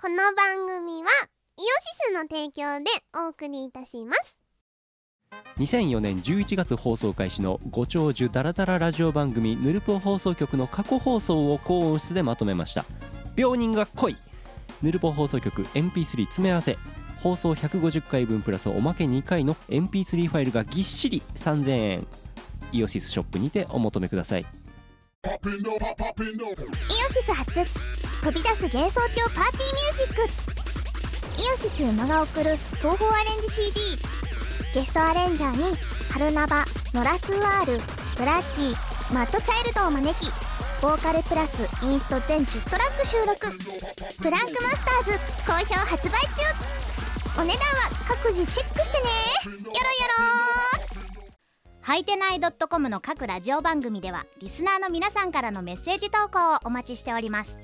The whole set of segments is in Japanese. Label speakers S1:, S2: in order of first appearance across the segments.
S1: この番組はイオシスの提供でお送りいたします
S2: 2004年11月放送開始のご長寿ダラダララジオ番組ヌルポ放送局の過去放送を高音質でまとめました病人が来いヌルポ放送局 MP3 詰め合わせ放送150回分プラスおまけ2回の MP3 ファイルがぎっしり3000円イオシスショップにてお求めください
S1: イオシス初飛び出す幻想郷パーティーミュージックイオシス宇野が送る東宝アレンジ CD ゲストアレンジャーに春ナバノラ 2R ブラッディマッドチャイルドを招きボーカルプラスインスト全10トラック収録「プランクマスターズ」好評発売中お値段は各自チェックしてねよろよろー
S3: はいてない .com の各ラジオ番組ではリスナーの皆さんからのメッセージ投稿をお待ちしております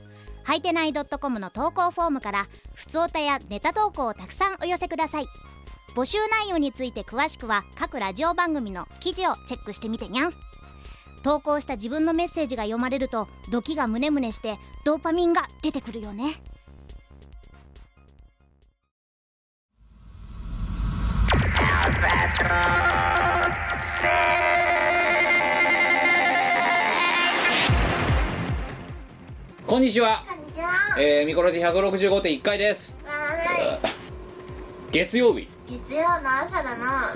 S3: はいてない .com の投稿フォームから普通歌やネタ投稿をたくさんお寄せください募集内容について詳しくは各ラジオ番組の記事をチェックしてみてにゃん投稿した自分のメッセージが読まれるとドキがムネムネしてドーパミンが出てくるよね
S4: こんにちは、
S1: こんにちは
S4: えー、ミコロジ165.1回です月曜日
S1: 月曜の朝だな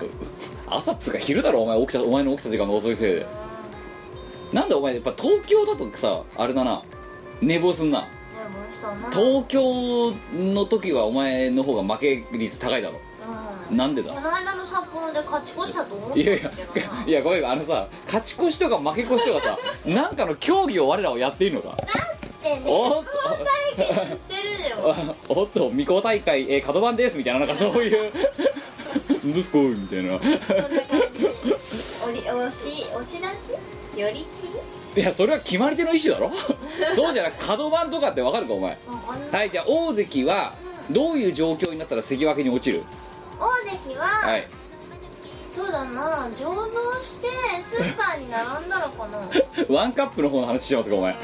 S4: 朝っつうか昼だろお前起きたお前の起きた時間が遅いせいでなんでお前やっぱ東京だとさあれだな寝坊すんな
S1: でもそんな
S4: 東京の時はお前の方が負け率高いだろなんでだ
S1: この間の札幌で勝ち越したと思った
S4: いやいやいやごめんあのさ勝ち越しとか負け越しとか さなんかの競技を我らはやっていいのか
S1: でね
S4: おっ
S1: 体験してるよ
S4: と おっと未公大会、えー、角番ですみたいななんかそういうどうですかみたいな
S1: おり押し押し出しよりきり
S4: いやそれは決まり手の意思 だろそうじゃなく角番とかってわかるかお前
S1: わかんない
S4: はいじゃあ大関はどういう状況になったら関脇に落ちる
S1: 大関は、
S4: はい
S1: そうだな醸造してスーパーに並んだのか な
S4: ワンカップの方の話してますかお前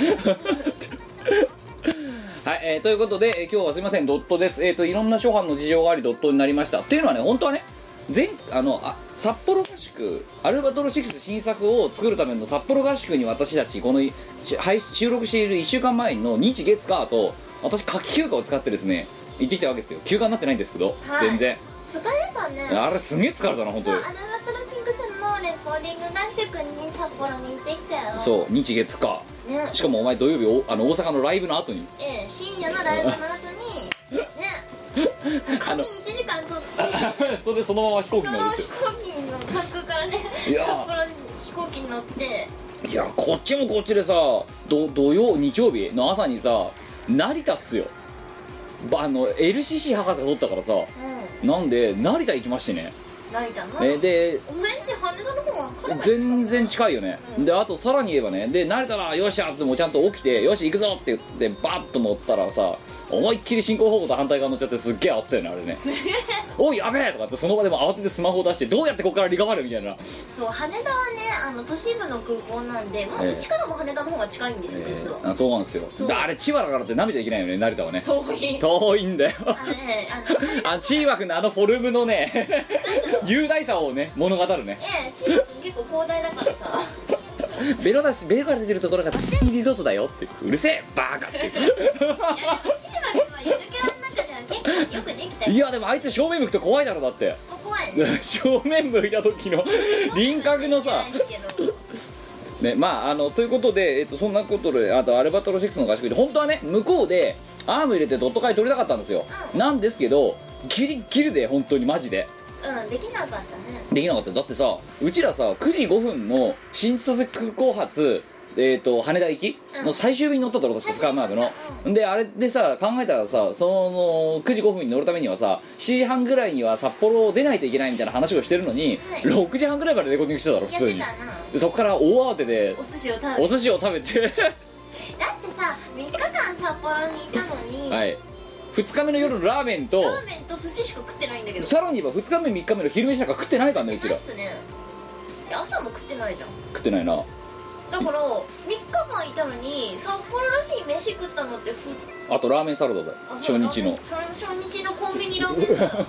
S4: はい、えーということで、えー今日はすいませんドットですえっ、といろんな初版の事情がありドットになりましたっていうのはね本当はね全あのあ札幌合宿アルバトロ6新作を作るための札幌合宿に私たちこのし配収録している1週間前の日月火と私夏季休暇を使ってですね行ってきたわけですよ休暇になってないんですけど、
S1: はい
S4: 全然
S1: 疲れたね
S4: あれすげえ疲れたな本当
S1: そう
S4: に
S1: アルバトロシンクスのレコーディング合宿に札幌に行ってきたよ
S4: そう日月火
S1: うね
S4: しかもお前土曜日おあの大阪のライブの後に
S1: ええ深夜のライブの後に ね
S4: あ
S1: 紙
S4: の
S1: 1時間取って
S4: それでそのまま飛行機
S1: そ
S4: 乗
S1: の
S4: る
S1: 飛行機の格好からね
S4: い
S1: 札
S4: や
S1: 幌に飛行機に乗って
S4: っていやこっちもこっちでさど土曜日曜日の朝にさ成田っすよばあの LCC 博士が取ったからさ
S1: う
S4: なんで成田行きましてね、
S1: ん成田の、
S4: えで
S1: お前んち羽田の方は軽かった
S4: 全然近いよね、であとさらに言えばねで成田だよっしゃってもうちゃんと起きてよし行くぞって言ってバッと乗ったらさ思いっきり進行方向と反対側乗っちゃってすっげえ慌てたよねあれ ねおいやべえとかってその場でも慌ててスマホ出してどうやってここからリカバルみたいな
S1: そう羽田はねあの都市部の空港なんでも
S4: え
S1: う
S4: え
S1: ちからも羽田の方が近いんですよ、実は
S4: あそうなんですよ
S1: そう
S4: だあれ千葉だからって舐めちゃいけないよね成田はね
S1: 遠い
S4: 遠いんだよ
S1: あのねあの
S4: あ千葉君のあのフォルムのね雄大さをね物語るね
S1: ええ千葉君結構広大だからさ
S4: ベロだしベロが出てるところがリゾートだよってうるせえバーカって
S1: いやでも千葉君はゆるキャラの中では結構よくできた
S4: い
S1: よ
S4: やでもあいつ正面向くと怖いだろだって
S1: もう怖いね
S4: 正面向いた時の輪郭のさ
S1: ないですけど
S4: ねまああのということで、えっと、そんなことであとアルバトロ6の合宿で本当はね向こうでアーム入れてドット会取りたかったんですよ、
S1: うん
S4: なんですけどギリギリで本当にマジで
S1: うんできなかったね
S4: できなかったよだってさうちらさ9時5分の新千歳空港発えー、と羽田行き
S1: うん
S4: の最終便に乗っただろ確かスカイマークの、であれでさ考えたらさその9時5分に乗るためにはさ7時半ぐらいには札幌を出ないといけないみたいな話をしてるのに、
S1: はい
S4: 6時半ぐらいまでレコーディングしてたろ普
S1: やっ
S4: 通
S1: て
S4: に
S1: たな
S4: でそこから大慌てで
S1: お寿司を食べ
S4: お寿司を食べて
S1: だってさ3日間札幌にいたのに、
S4: はい2日目の夜のラーメンと
S1: ラーメンと寿司しか食ってないんだけど
S4: さらに言えば2日目3日目の昼飯なんか食ってないからねうち
S1: ない
S4: ら
S1: っすねいや朝も食ってないじゃん
S4: 食ってないな
S5: だから3日間いたのに札幌らしい飯食ったのってふ
S4: あとラーメンサラダだよ
S5: あ
S4: 初
S5: そう
S4: 日の
S5: ラーメン初初日のコンビニラーメンサ ラダ向こ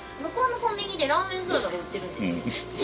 S5: うのコンビニでラーメンサラダが売ってるんですよ、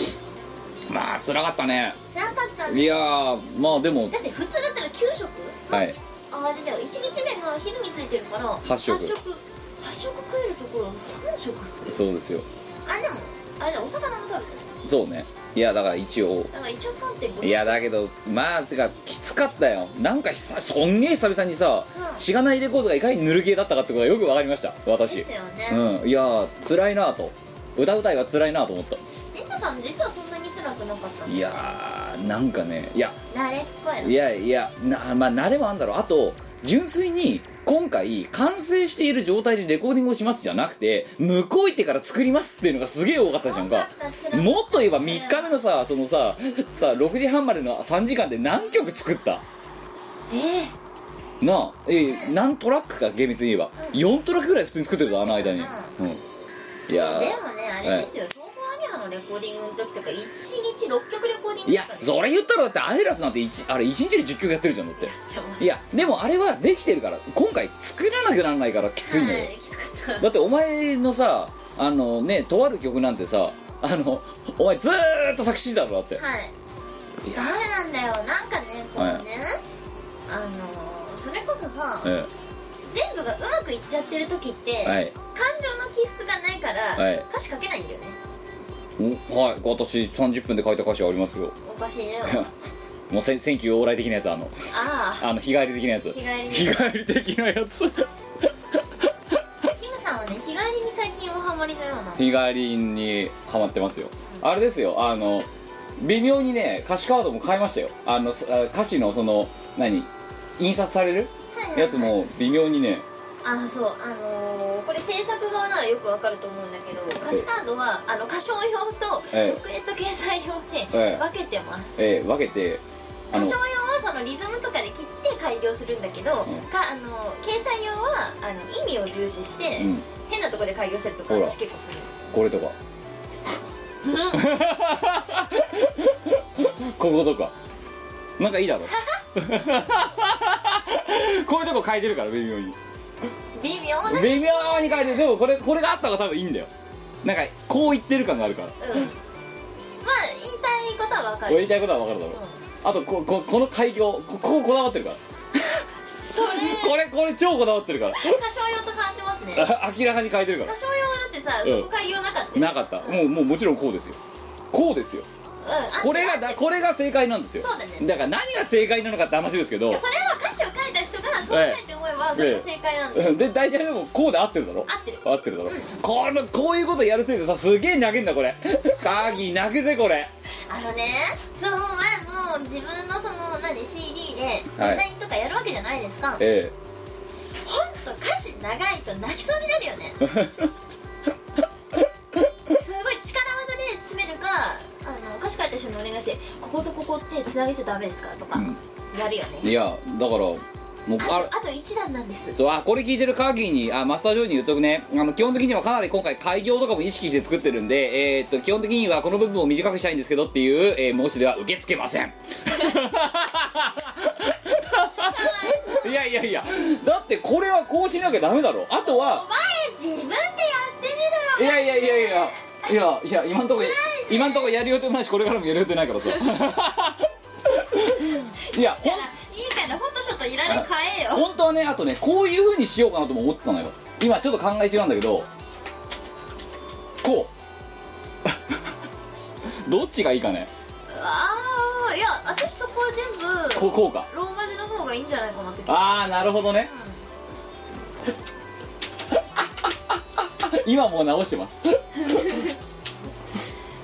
S4: まあ辛かったね
S5: 辛かったん
S4: い
S5: で
S4: やーまあでも
S5: だって普通だったら9食、まあ
S4: はい
S5: あれだよ1日目が昼についてるから
S4: 八食
S5: 8食八食食えるところ3食っすよ
S4: そうですよ
S5: あでもあれだお魚も食べたね
S4: そうねいやだから一応
S5: だから一応3.5食
S4: いやだけどまあてかきつかったよなんか久そんげえ久々にさ、
S5: うん
S4: しがないレコーズがいかにぬるゲーだったかってことがよくわかりました
S5: で
S4: 私
S5: すよね、
S4: うんいやー辛いなと歌うたいは辛いなと思った
S5: レンタさん実はそんなに辛くなかったの
S4: いやーなんかねいや
S5: 慣れっこい
S4: いやいやなまあ慣れはあんだろうあと純粋に今回完成している状態でレコーディングをしますじゃなくて向こう行ってから作りますっていうのがすげえ多かったじゃんかもっと言えば3日目のさそのささ6時半までの3時間で何曲作った
S5: ええ
S4: なあ、ええ何トラックか厳密に言えば、
S5: うん
S4: 4トラックぐらい普通に作ってるぞあの間に、うんいやー
S5: でもねあれですよ東宝アゲハのレコーディングの時とか1日6曲レコーディング
S4: いや
S5: とかね
S4: それ言ったらだってアイラスなんて一あれ1日で10曲やってるじゃんだって
S5: やってます
S4: いやでもあれはできてるから今回作らなくならないからきついのよ、
S5: はいきつかった
S4: だってお前のさあのねとある曲なんてさあのお前ずーっと作詞だろだって、
S5: はい
S4: いや
S5: ダメなんだよなんかねこうね、あのーそれこそさ、
S4: え
S5: 全部がうまくいっちゃってる時って、
S4: えはい
S5: 感情の起伏がないから、
S4: はい
S5: 歌詞書けないんだよね
S4: おはい私30分で書いた歌詞ありますよ
S5: おかし いね
S4: もうせん「センキュー往来」的なやつあ の
S5: ああ
S4: あの日帰り的なやつ
S5: 日帰り
S4: 日帰り的なやつ
S5: キムさんはね日帰りに最近おハマりのような
S4: 日帰りにハマってますよあれですよあの微妙にね歌詞カードも買いましたよあのすあ歌詞のその何印刷される やつも微妙にね
S5: あそうあのーこれ制作側ならよくわかると思うんだけど歌詞カードはあの歌唱用と
S4: ええ
S5: ブックレット掲載用で
S4: ええ
S5: 分けてます、
S4: えー分けてあ
S5: 歌
S4: の
S5: 唱用はそのリズムとかで切って開業するんだけど、
S4: うん
S5: かあの掲載用はあの意味を重視して、
S4: うん
S5: 変なとこで開業したりとか
S4: ほら
S5: 私結構するんですよ
S4: これと かこことかなんかいい だろこういうとこ変えてるから微妙に
S5: 微妙な
S4: 微妙に変えてるでもこれこれがあった方が多分いいんだよなんかこう言ってる感があるから
S5: うんまあ言いたいことはわか
S4: 俺
S5: る、
S4: 言いたいことは分かるだろ
S5: うん
S4: あとこここの開業ここここだわってるから
S5: それ
S4: これこれ超こだわってるから
S5: 歌唱用と変わってますね
S4: あ明らかに変えてるか
S5: 歌唱用だってさ、
S4: うん
S5: そこ開業なかった
S4: ら
S5: よ
S4: なかったもうもうもちろんこうですよこうですよ
S5: うんあって
S4: これがだこれが正解なんですよ
S5: そうだね
S4: から何が正解なのかって話ですけど
S5: それは歌詞を書いた人がそうしたいって思えばそれが正解なんだよ
S4: うん で大体でもこうで合ってるだろ
S5: 合ってる
S4: 合ってるだろ、
S5: うん
S4: このこういうことやるせいでさすげえ泣けんだこれカーギー泣くぜこれ
S5: あのねその前も自分のその何 CD で
S4: はい
S5: デザインとかやるわけじゃないですか、
S4: え
S5: ほんと歌詞長いと泣きそうになるよね すごい力技で詰めるかあの歌詞書いた人にお願いしてこことここってつなげちゃダメですかとか、やるよ
S4: え
S5: ね
S4: いやだからもうあ
S5: あとあと1段なんです
S4: そうあこれ聞いてるカーギーにあマスタージョーに言っとくねあの基本的にはかなり今回開業とかも意識して作ってるんで、えーっと基本的にはこの部分を短くしたいんですけどっていう、えー申し出は受け付けませんいやいやいやだってこれはこうしなきゃダメだろあとは
S5: 自分でやっ
S4: い
S5: てみろよ
S4: やいやいやいやいやいや今んとこ今んとこやる予定もないしこれからもやる予定ないからさいやほん
S5: いいからフォトショットいらない変えよ
S4: 本当はねあとねこういう風にしようかなとも思ってたのよ今ちょっと考え中なんだけどこう どっちがいいかね
S5: ああいや私そこは全部
S4: こうこうか
S5: ローマ字の方がいいんじゃないかなって気が
S4: ああなるほどね今もう直してます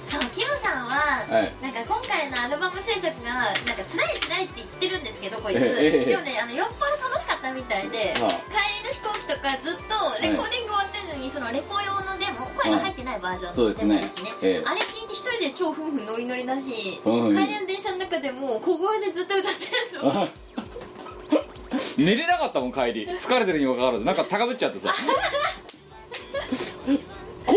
S5: そうキムさんは、
S4: はい
S5: なんか今回のアルバム制作がなんか辛い辛いって言ってるんですけどこいつ、
S4: ええええ
S5: でもねあの酔っ払楽しかったみたいで、
S4: ああ
S5: 帰りの飛行機とかずっとレコーディング終わってるのに、そのレコ用のデモ声が入ってないバージョン
S4: そう
S5: の
S4: です
S5: デ
S4: ね
S5: モですね
S4: ええ
S5: あれ聞いて一人で超夫婦ノリノリだし、
S4: うん
S5: 帰りの電車の中でもう小声でずっと歌ってるの
S4: あ寝れなかったもん帰り疲れてるにもかかわらずなんか高ぶっちゃってさこ
S5: で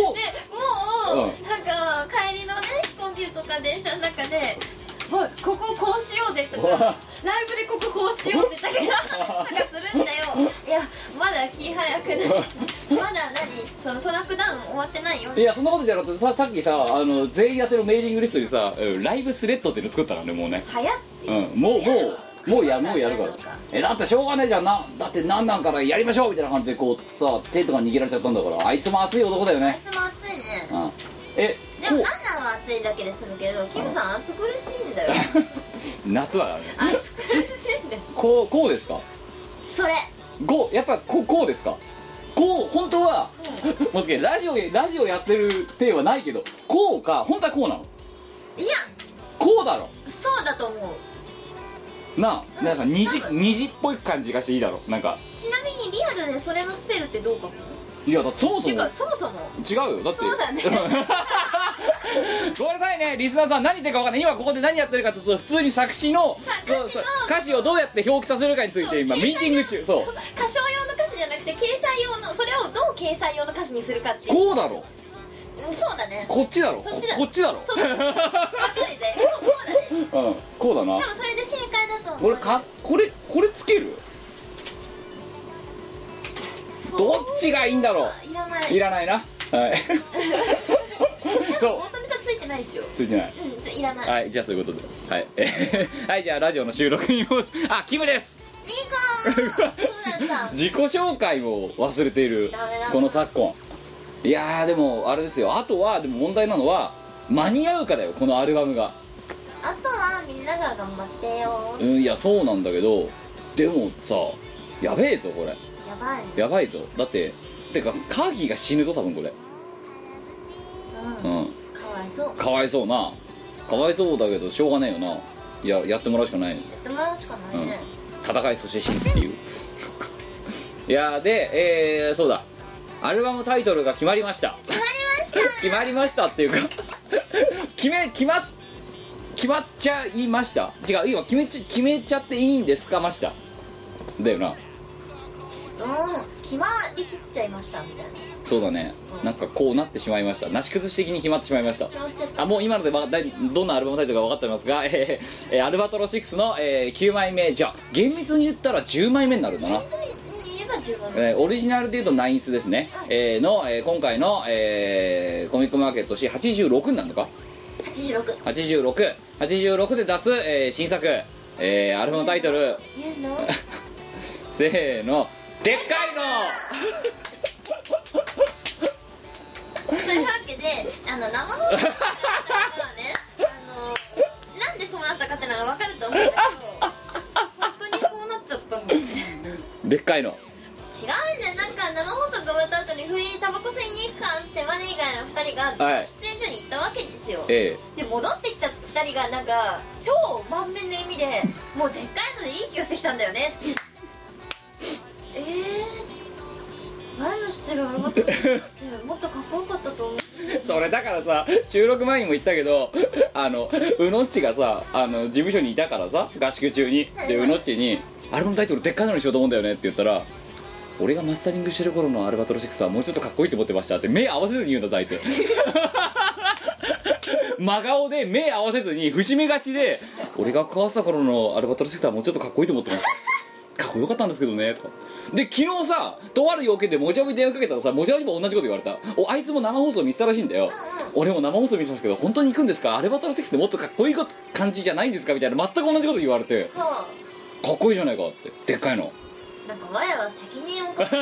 S5: も
S4: う
S5: う、なんか帰りのね飛行機とか電車の中で「おいこここうしようぜとかライブでこここうしようぜだ けの話とかするんだよいやまだ気早くないまだ何そのトラックダウン終わってないよ
S4: いやそんなことじゃなくてささっきさあの全員宛てのメーリングリストにさうんライブスレッドっていうの作ったからねもうね
S5: 早って
S4: う
S5: いうん
S4: もうも
S5: やだ
S4: うもうやるもうやるか
S5: や
S4: ら
S5: るか
S4: えだってしょうがないじゃんなだって何なんからやりましょうみたいな感じでこうさ手とか握られちゃったんだからあいつも熱い男だよ
S5: あい
S4: ね
S5: つも暑いね
S4: うんえ
S5: でも
S4: こ
S5: なんなんは暑いだけで済むけどキムさん暑苦しいんだ よ
S4: う夏だからね
S5: 暑苦しいんだよ
S4: こうこうですか
S5: それ
S4: こうやっぱこうこうですかこう本当はもしかしてラジオラジオやってる手はないけどこうか本当はこうなの
S5: いや
S4: こうだろ
S5: そうだと思う
S4: なあなんか虹
S5: 多分
S4: 虹っぽい感じがしていいだろなんか
S5: ちなみにリアルでそれのスペルってどうかも
S4: いやだってそもそ
S5: ていう
S4: も
S5: かそもそも
S4: 違うよだって
S5: そう だね
S4: ごめんなさいねリスナーさん何言ってるか分かんない今ここで何やってるかというと普通に作詞の
S5: さ
S4: そう
S5: 歌詞
S4: そ
S5: の
S4: う歌詞をどうやって表記させるかについ
S5: そう
S4: て今ミーティング中そう
S5: 歌唱用の歌詞じゃなくて掲載用のそれをどう掲載用の歌詞にするかっていう
S4: こうだろ
S5: うんそうだね
S4: こっちだろ
S5: そっちだ
S4: こっちだろ
S5: そう分かるぜこうこうだね
S4: うんこうだな
S5: 多分それで正解だと思う
S4: 俺かこれこれつける
S5: そう
S4: どっちがいいんだろ
S5: いらな
S4: うい
S5: い
S4: らないなはい そう
S5: 元ネタついてないでしょ
S4: ついてない
S5: うんついらない
S4: はいじゃあそういうことではい はいじゃあラジオの収録にもあキムです
S5: みーこーそうだった
S4: 自己紹介も忘れている
S5: ダメだ
S4: この昨今いやーでもあれですよあとはでも問題なのは間に合うかだよこのアルバムが
S5: あとはみんなが頑張ってよ
S4: うんいやそうなんだけどでもさやべえぞこれ
S5: やばいね
S4: やばいぞだっててかカーギーが死ぬぞ多分これう
S5: う
S4: ん
S5: んかわいそうや
S4: かわいそうなかわいそうだけどしょうがないよないややってもらうしかない
S5: ってもらうしかないね
S4: 戦いそして死ぬっていう いやーでえー、そうだアルバムタイトルが決まりました
S5: 決まりました
S4: 決まりましたっていうか 決め決まっ決まっちゃいました違う今決めち決めちゃっていいんですかましただよな
S5: うん決まりきっちゃいましたみたいな
S4: そうだねなんかこうなってしまいましたなし崩し的に決まってしまいました
S5: 決まっちゃった
S4: あもう今のでわだいどんなアルバムタイトルか分かってますが、 えーえーアルバトロ6の、えー9枚目じゃあ厳密に言ったら10枚目になるんだな
S5: 厳密に言えば十分
S4: えーオリジナルでいうとナインスですね、
S5: うん
S4: えーの、えー今回の、えーコミックマーケット誌86になるのか
S5: 86
S4: 8686で出す、えー新作、えーアルバムタイトル
S5: 言うの
S4: せーのでっかいの
S5: というわけであの生放送の方はねあのなんでそうなったかってのが分かると思うんだけど本当にそうなっちゃったんだよね違うん
S4: でっかいの
S5: だよなんか生放送が終わった後に不意にタバコ吸いに行くかっつってマネ以外の2人が
S4: はい
S5: 喫煙所に行ったわけですよ、
S4: え
S5: で戻ってきた2人がなんか超満面の意味で「もうでっかいのでいい気がしてきたんだよね」えー、前の知ってるアルバトロスってもっとかっこよかったと思う
S4: ー それだからさ収録前にも言ったけどあのうのっちがさあの事務所にいたからさ合宿中にでうのっちに「アルバムタイトルでっかいのにしようと思うんだよね」って言ったら「俺がマスタリングしてる頃のアルバトロシックスはもうちょっとかっこいいと思ってました」って目合わせずに言うんだぞあいつ真顔で目合わせずに節目がちで「俺が交わした頃のアルバトロシックスはもうちょっとかっこいいと思ってました」かっこよかったんですけどねとかで昨日さとある要件でもじゃぶに電話かけたらさもじゃぶにも同じこと言われたおあいつも生放送見てたらしいんだよ、俺も生放送見てましたけど本当に行くんですかアルバトロステキスってもっとかっこいいこと感じじゃないんですかみたいな全く同じこと言われて
S5: は
S4: かっこいいじゃないかってでっかいの
S5: あなんか前は責任をか け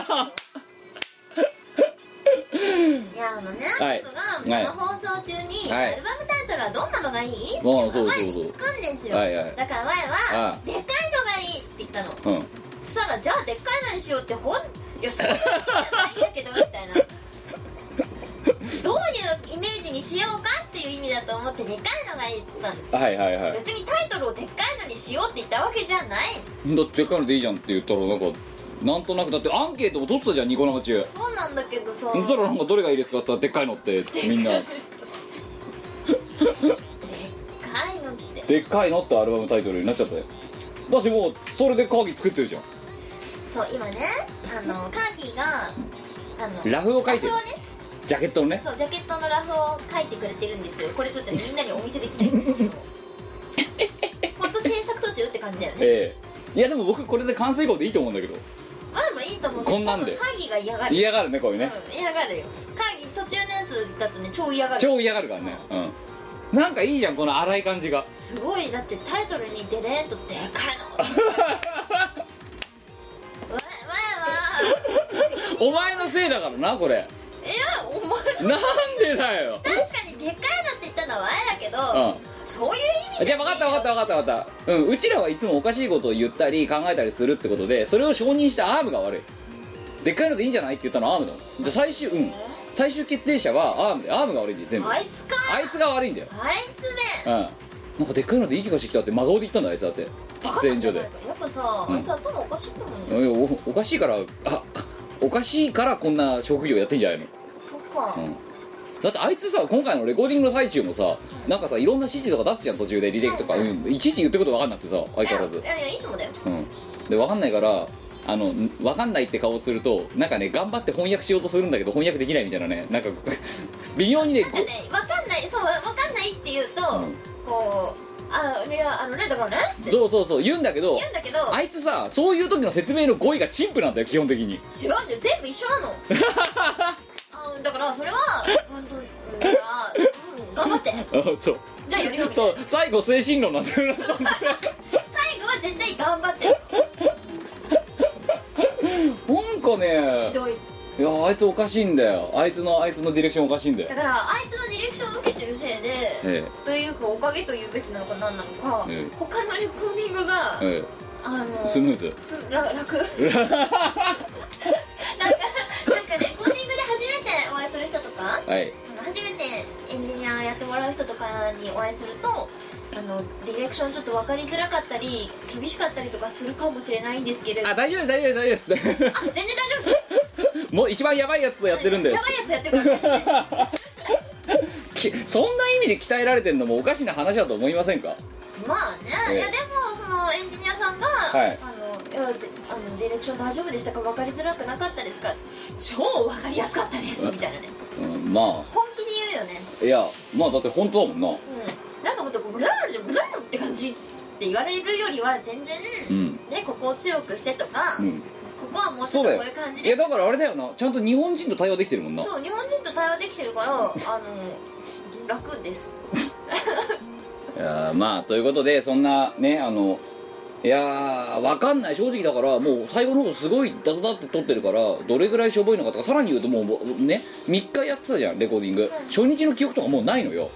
S5: いやあのね、
S4: はい
S5: キムが生放送中に、
S4: はい
S5: アルバムタイトルはどんなのがいいって
S4: ま
S5: 前
S4: あそうそうそう
S5: に聞くんですよ、
S4: はいはい
S5: だから前
S4: あ
S5: は
S4: あ
S5: 「でっかいのがいい」って言ったの
S4: うん
S5: そしたらじゃあでっかいのにしようってほんいやそういうことじゃないんだけどみたいなどういうイメージにしようかっていう意味だと思ってでっかいのがいいっつったの
S4: はいはいはい
S5: 別にタイトルをでっかいのにしようって言ったわけじゃない
S4: だってでっかいのでいいじゃんって言ったらなんかなんとなくだってアンケートも取ってたじゃんニコ生中
S5: そうなんだけどさ
S4: そしたらなんかどれがいいですかって言ったらでっかいのってみんな
S5: でっかいのって
S4: でっかいのってアルバムタイトルになっちゃったよだってもうそれでカーギ作ってるじゃん
S5: そう今ねあのカーキーがあの
S4: ラフを書いてる
S5: ラフをね
S4: ジャケットのね
S5: そ うジャケットのラフを書いてくれてるんですよこれちょっとねみんなにお見せできないんですけどちゃうって感じだよね
S4: ええいやでも僕これで完成後でいいと思うんだけど
S5: まあでもいいと思う
S4: こんなんで
S5: 多分鍵が嫌がる
S4: 嫌がるねこういうね、
S5: うん、嫌がるよ鍵途中のやつだとね超嫌がる
S4: 超嫌がるからねうんなんかいいじゃんこの荒い感じが
S5: すごいだってタイトルに「デデーンとでかい の」わわわ
S4: お前のせいだからなこれ
S5: いやお前
S4: なんでだよ
S5: 確かにでかいのって言ったのはあれだけ
S4: う
S5: ど、
S4: ん
S5: そういう意味
S4: じ
S5: じ
S4: ゃ
S5: ゃ
S4: あ分かった分かった分かった分かったうんうちらはいつもおかしいことを言ったり考えたりするってことでそれを承認したアームが悪いでっかいのでいいんじゃないって言ったのはアームだもんじゃあ最終うん最終決定者はアームでアームが悪いんだよ全部
S5: あ
S4: あい
S5: いつか
S4: つが悪いんだよ
S5: あいつ
S4: う
S5: め
S4: んなんかでっかいのでいい気がしてきたって真顔で言ったんだあいつだって喫煙所で
S5: やっぱさ、
S4: うん
S5: あいつ頭おかしいと思うんだよ、
S4: おおかしいからあおかしいからこんな職業やってんじゃないの
S5: そっか、
S4: うんだってあいつさ今回のレコーディングの最中もさなんかさいろんな指示とか出すじゃん途中で履歴とか、
S5: うん
S4: うん、いちいち言ってること分かんなくてさ相変わらず
S5: いやいやいつもだよ
S4: うん、で分かんないからあのん分かんないって顔をするとなんかね頑張って翻訳しようとするんだけど翻訳できないみたいなねなんか 微妙にね
S5: なんかね分かんないそう分かんないって言うと、
S4: ん
S5: こうあいやあのねだからね
S4: ごそうそうそう言うんだけど
S5: 言うんだけど
S4: あいつさそういう時の説明の語彙が陳腐なんだよ基本的に
S5: 違うんだよ全部一 緒なのあだからそれはうんとうんだからうん頑張って
S4: あそう
S5: じゃあやるよみたい
S4: そ
S5: な
S4: う最後精神論なんだよなそんな
S5: 最後は絶対頑張って
S4: なんかね
S5: ひどい
S4: いやあいつおかしいんだよあいつのあいつのディレクションおかしいんだよ
S5: だからあいつのディレクションを受けてるせいで、
S4: え
S5: というかおかげというべきなのか何なのか、
S4: ええ
S5: 他のレコーディングが、
S4: ええ
S5: あの
S4: えスムーズ
S5: す ら楽なんかなんかレコーディングで初めてお会いする人とか
S4: はい
S5: あの初めてエンジニアやってもらう人とかにお会いするとあのディレクションちょっと分かりづらかったり厳しかったりとかするかもしれないんですけれど
S4: あ
S5: あ
S4: 大丈夫です大丈夫です大 丈夫で
S5: 全然大丈夫です
S4: すもう一番やばいやつとやってるんだよ
S5: やばいやつやってるから大丈夫で す
S4: きそんな意味で鍛えられてんのもおかしな話だと思いませんか
S5: まあね、
S4: ええ
S5: いやでもそのエンジニアさんが、
S4: はい
S5: あのいやであのディレクション大丈夫でしたか分かりづらくなかったですか超分かりやすかったですみたいなね
S4: うんま
S5: 本気で言うよね
S4: あいやまあだって本当だもんな
S5: うんなんかもっとブラウじゃブラウって感じって言われるよりは全然、
S4: うん
S5: ねここを強くしてとか、
S4: う
S5: こ
S4: ん
S5: こはもうちょ
S4: そ
S5: っ
S4: うだ
S5: とこ
S4: よ
S5: ういう感じ
S4: い
S5: で
S4: やだからあれだよなちゃんと日本人と対話できてるもんな
S5: そう日本人と対話できてるからあの楽です
S4: いやーまあということでそんなねあのいやーわかんない正直だからもう最後の方すごいダダダって撮ってるからどれぐらいしょぼいのかとかさらに言うともうもうね3日やってたじゃんレコーディング初日の記憶とかもうないのよ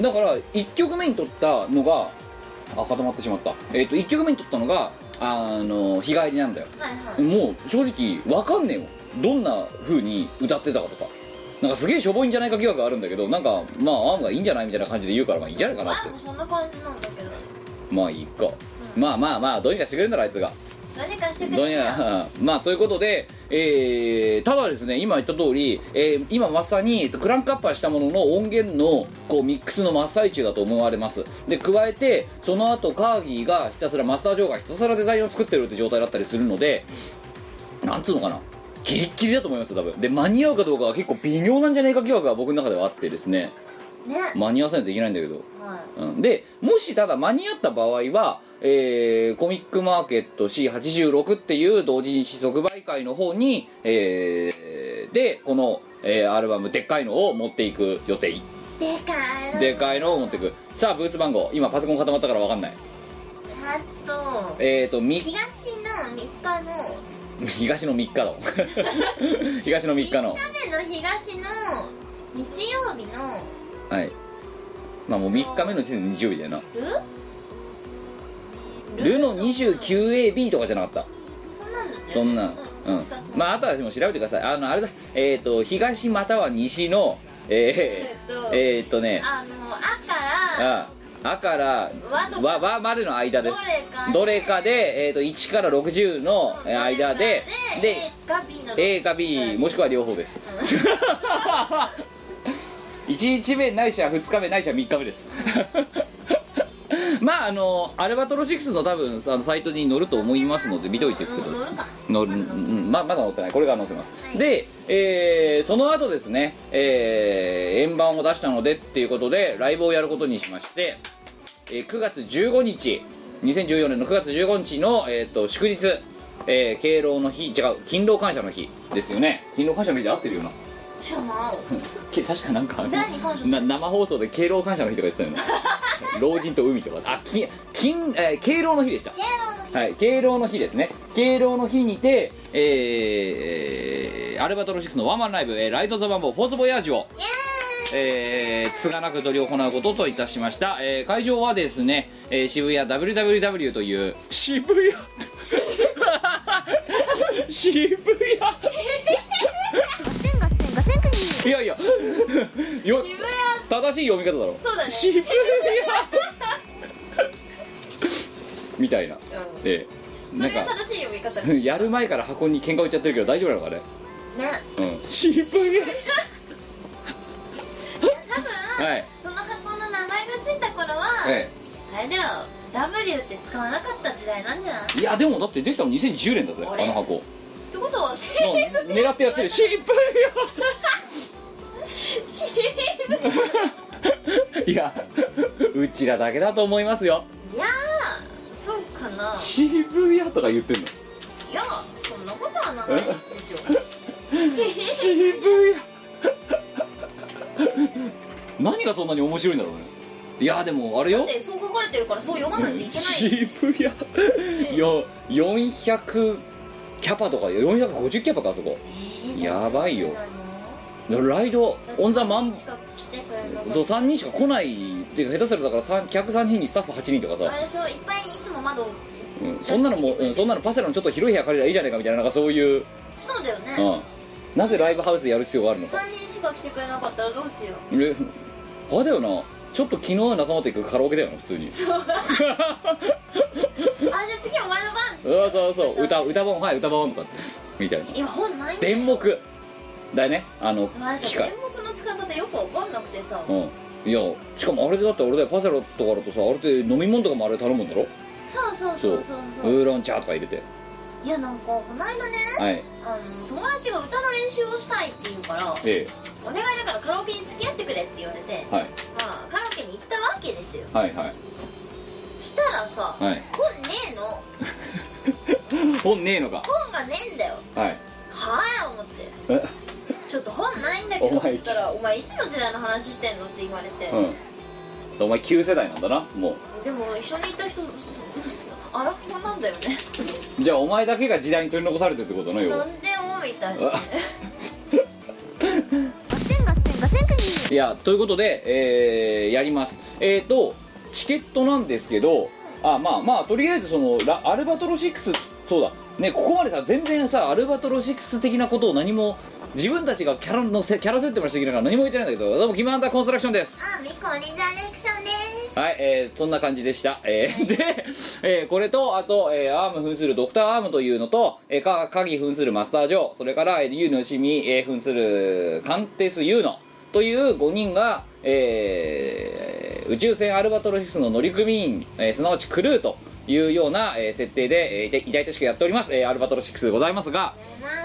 S4: だから1曲目に撮ったのがあ固まってしまったえっ、と1曲目に撮ったのがあの日帰りなんだよ
S5: はいはい
S4: もう正直わかんねえもんどんな風に歌ってたかとかなんかすげえしょぼいんじゃないか疑惑があるんだけどなんかまあアームがいいんじゃないみたいな感じで言うからまあいいんじゃないかなって
S5: 前もそんな感じなんだけど
S4: まあいいか、まあまあまあどうにかしてくれるんだろあいつが
S5: どうにかしてく
S4: どう
S5: れ
S4: に
S5: よ
S4: かまあということで、えーただですね今言った通り、えー今まさにクランクアップはしたものの音源のこうミックスの真っ最中だと思われますで加えてその後カーギーがひたすらマスタージョーがひたすらデザインを作ってるって状態だったりするのでなんつうのかなギリッギリだと思いますよ多分で間に合うかどうかは結構微妙なんじゃないか疑惑が僕の中ではあってですね
S5: ね、
S4: 間に合わせないといけないんだけど
S5: はい
S4: うんでもしただ間に合った場合は、えーコミックマーケット C86 っていう同人誌即売会の方に、えーでこの、えーアルバム「でっかいの」を持っていく予定
S5: でかいの
S4: でかいのを持っていくさあブーツ番号今パソコン固まったから分かんない
S5: あと
S4: えっ、ー、とみ
S5: 東
S4: 東の
S5: の3日の
S4: 3日だ もん東の3日の
S5: 3日目の東の日曜日の
S4: はいまあもう3日目の時点で日曜日だよな
S5: ル
S4: 「ル」の 29AB とかじゃなかった
S5: そんなんだね
S4: そんな、う
S5: うん
S4: ん、まああとはもう調べてくださいあのあれだえっ、と東または西のえ
S5: えっ
S4: ー、
S5: と
S4: えーっとね
S5: あの「あ」から
S4: ああから
S5: わとか
S4: わわまでの間です
S5: どれかで
S4: どれかで、えー、と1から60のえー間でで
S5: で A か B の
S4: A か B もしくは両方です 1日目ないしは2日目ないしは3日目です まああのアルバトロ6の多分あのサイトに載ると思いますので見といてってことです
S5: 乗るか
S4: 乗る、うん、ままだ乗ってないこれから乗せます、
S5: はい
S4: で、えーその後ですね、えー円盤を出したのでっていうことでライブをやることにしまして、えー9月15日2014年の9月15日の、えー、と祝日、えー敬老の日違う勤労感謝の日ですよね勤労感謝の日で合ってるよな
S5: じゃない
S4: け確かなんかあの
S5: 何感謝する
S4: な生放送で敬老感謝の日とか言って たよね老人と海とかあき勤、えー敬老の日でした
S5: 敬老の日
S4: はい、敬老の日ですね敬老の日にて、えー、アルバトロシックスのワンマンライブ、えーライト・ザ・バンボーフォース・ボヤージュをえー、つがなく取り行うことといたしました、えー会場はですね、えー渋谷 WWW という渋谷 渋
S1: スンゴスンゴスンクニー
S4: 谷いやい やよ
S5: 渋谷
S4: 正しい読み方だろ
S5: そうだね
S4: 渋谷 みたいな、
S5: うん
S4: えー
S5: そ
S4: な
S5: れ
S4: ん
S5: が
S4: か
S5: 正しい読み方ね
S4: うんやる前から箱に喧嘩売っちゃってるけど大丈夫なのかねうん渋谷
S5: 多分、
S4: はい
S5: その箱の名前がついた頃は、
S4: え
S5: あれだよ W って使わなかった時代なんじゃないっ
S4: えいやでもだってできたの2010年だぜ
S5: あ
S4: あ
S5: れ
S4: の箱も
S5: てことは渋
S4: う狙ってやってる渋
S5: 渋
S4: 谷いやうちらだけだと思いますよ
S5: いやーそうかない
S4: 渋谷とか言ってんの
S5: やそんなことはないでしょ渋
S4: 渋谷何がそんなに面白いんだろうねいやでもあれよ
S5: でそう書かれてるからそう読まないといけない
S4: 渋谷よ400キャパとか450キャパかあそこ
S5: えー
S4: やばいよ
S5: 大丈
S4: ライドオ
S5: 夫なの
S4: ン・ザ・マン
S5: しか来てくれなかった
S4: そう3人しか来ないっていうか下手するだからさん客3人にスタッフ8人とかさ
S5: あれでしょいっぱいいつも窓
S4: うんそんなのも、うんそんなのパセラのちょっと広い部屋借りりゃいいじゃないかみたいななんかそういう、
S5: そうだよ
S4: う
S5: ね
S4: ん、なぜライブハウスでやる必要があるのか
S5: 3人しか来てくれなかったらどうしよう
S4: えあれだよなちょっと昨日仲間と行くカラオケだよな普通に
S5: そうあじゃあ次お前の番っつっ
S4: そうそうそう歌歌本はい歌本とかってみたいな
S5: て今本ないんだよ
S4: 電目だよねあの
S5: 私
S4: 機
S5: さ電
S4: 械
S5: 目の使い方よくわかんなくてさ
S4: うんいやしかもあれでだって俺だよパセラとかだとさあれで飲み物とかもあれ頼むんだろ
S5: そうそうそうそうそう
S4: ウーロン茶とか入れて
S5: いやなんかこの間ね
S4: はい
S5: あの友達が歌の練習をしたいって言うから
S4: え
S5: お願いだからカラオケに付き合ってくれって言われて
S4: えはい
S5: まあカラオケに行ったわけですよ
S4: はいはい
S5: したらさ本
S4: は
S5: ね
S4: い
S5: えの
S4: 本ねえのか
S5: 本がねえんだよ
S4: はい
S5: はあ思って
S4: え
S5: ちょっと本ないんだけど
S4: お
S5: っ
S4: 前
S5: つったら「お前いつの時代の話してんの?」って言われて、
S4: うんお前旧世代なんだなも
S5: でも一緒に行った人アラフォーなんだよね
S4: うじゃあお前だけが時代に取り残されてるってことの
S5: な
S4: よ
S5: んでもみたいな
S4: あ
S1: ゴスンゴスンゴスンクニー
S4: いやということで、えーやりますえっ、とチケットなんですけどあまあまあとりあえずそのラアルバトロ6そうだねここまでさ全然さアルバトロ6的なことを何も自分たちがキャラのせキャラ設定までしてきながら何も言ってないんだけどどうもキムハンターコンストラクションです
S5: あみこにダレクションで
S4: はい、えーそんな感じでした。えーで、えーこれと、あと、えーアーム扮するドクターアームというのと、えー、か鍵扮するマスタージョー、それから、えー、ユーのシミ、えー、扮するカンテスユーノという5人が、えー宇宙船アルバトロシスの乗組員、えーすなわちクルーというような、えー設定で、えー、で偉大としくやっております、えーアルバトロシスでございますが、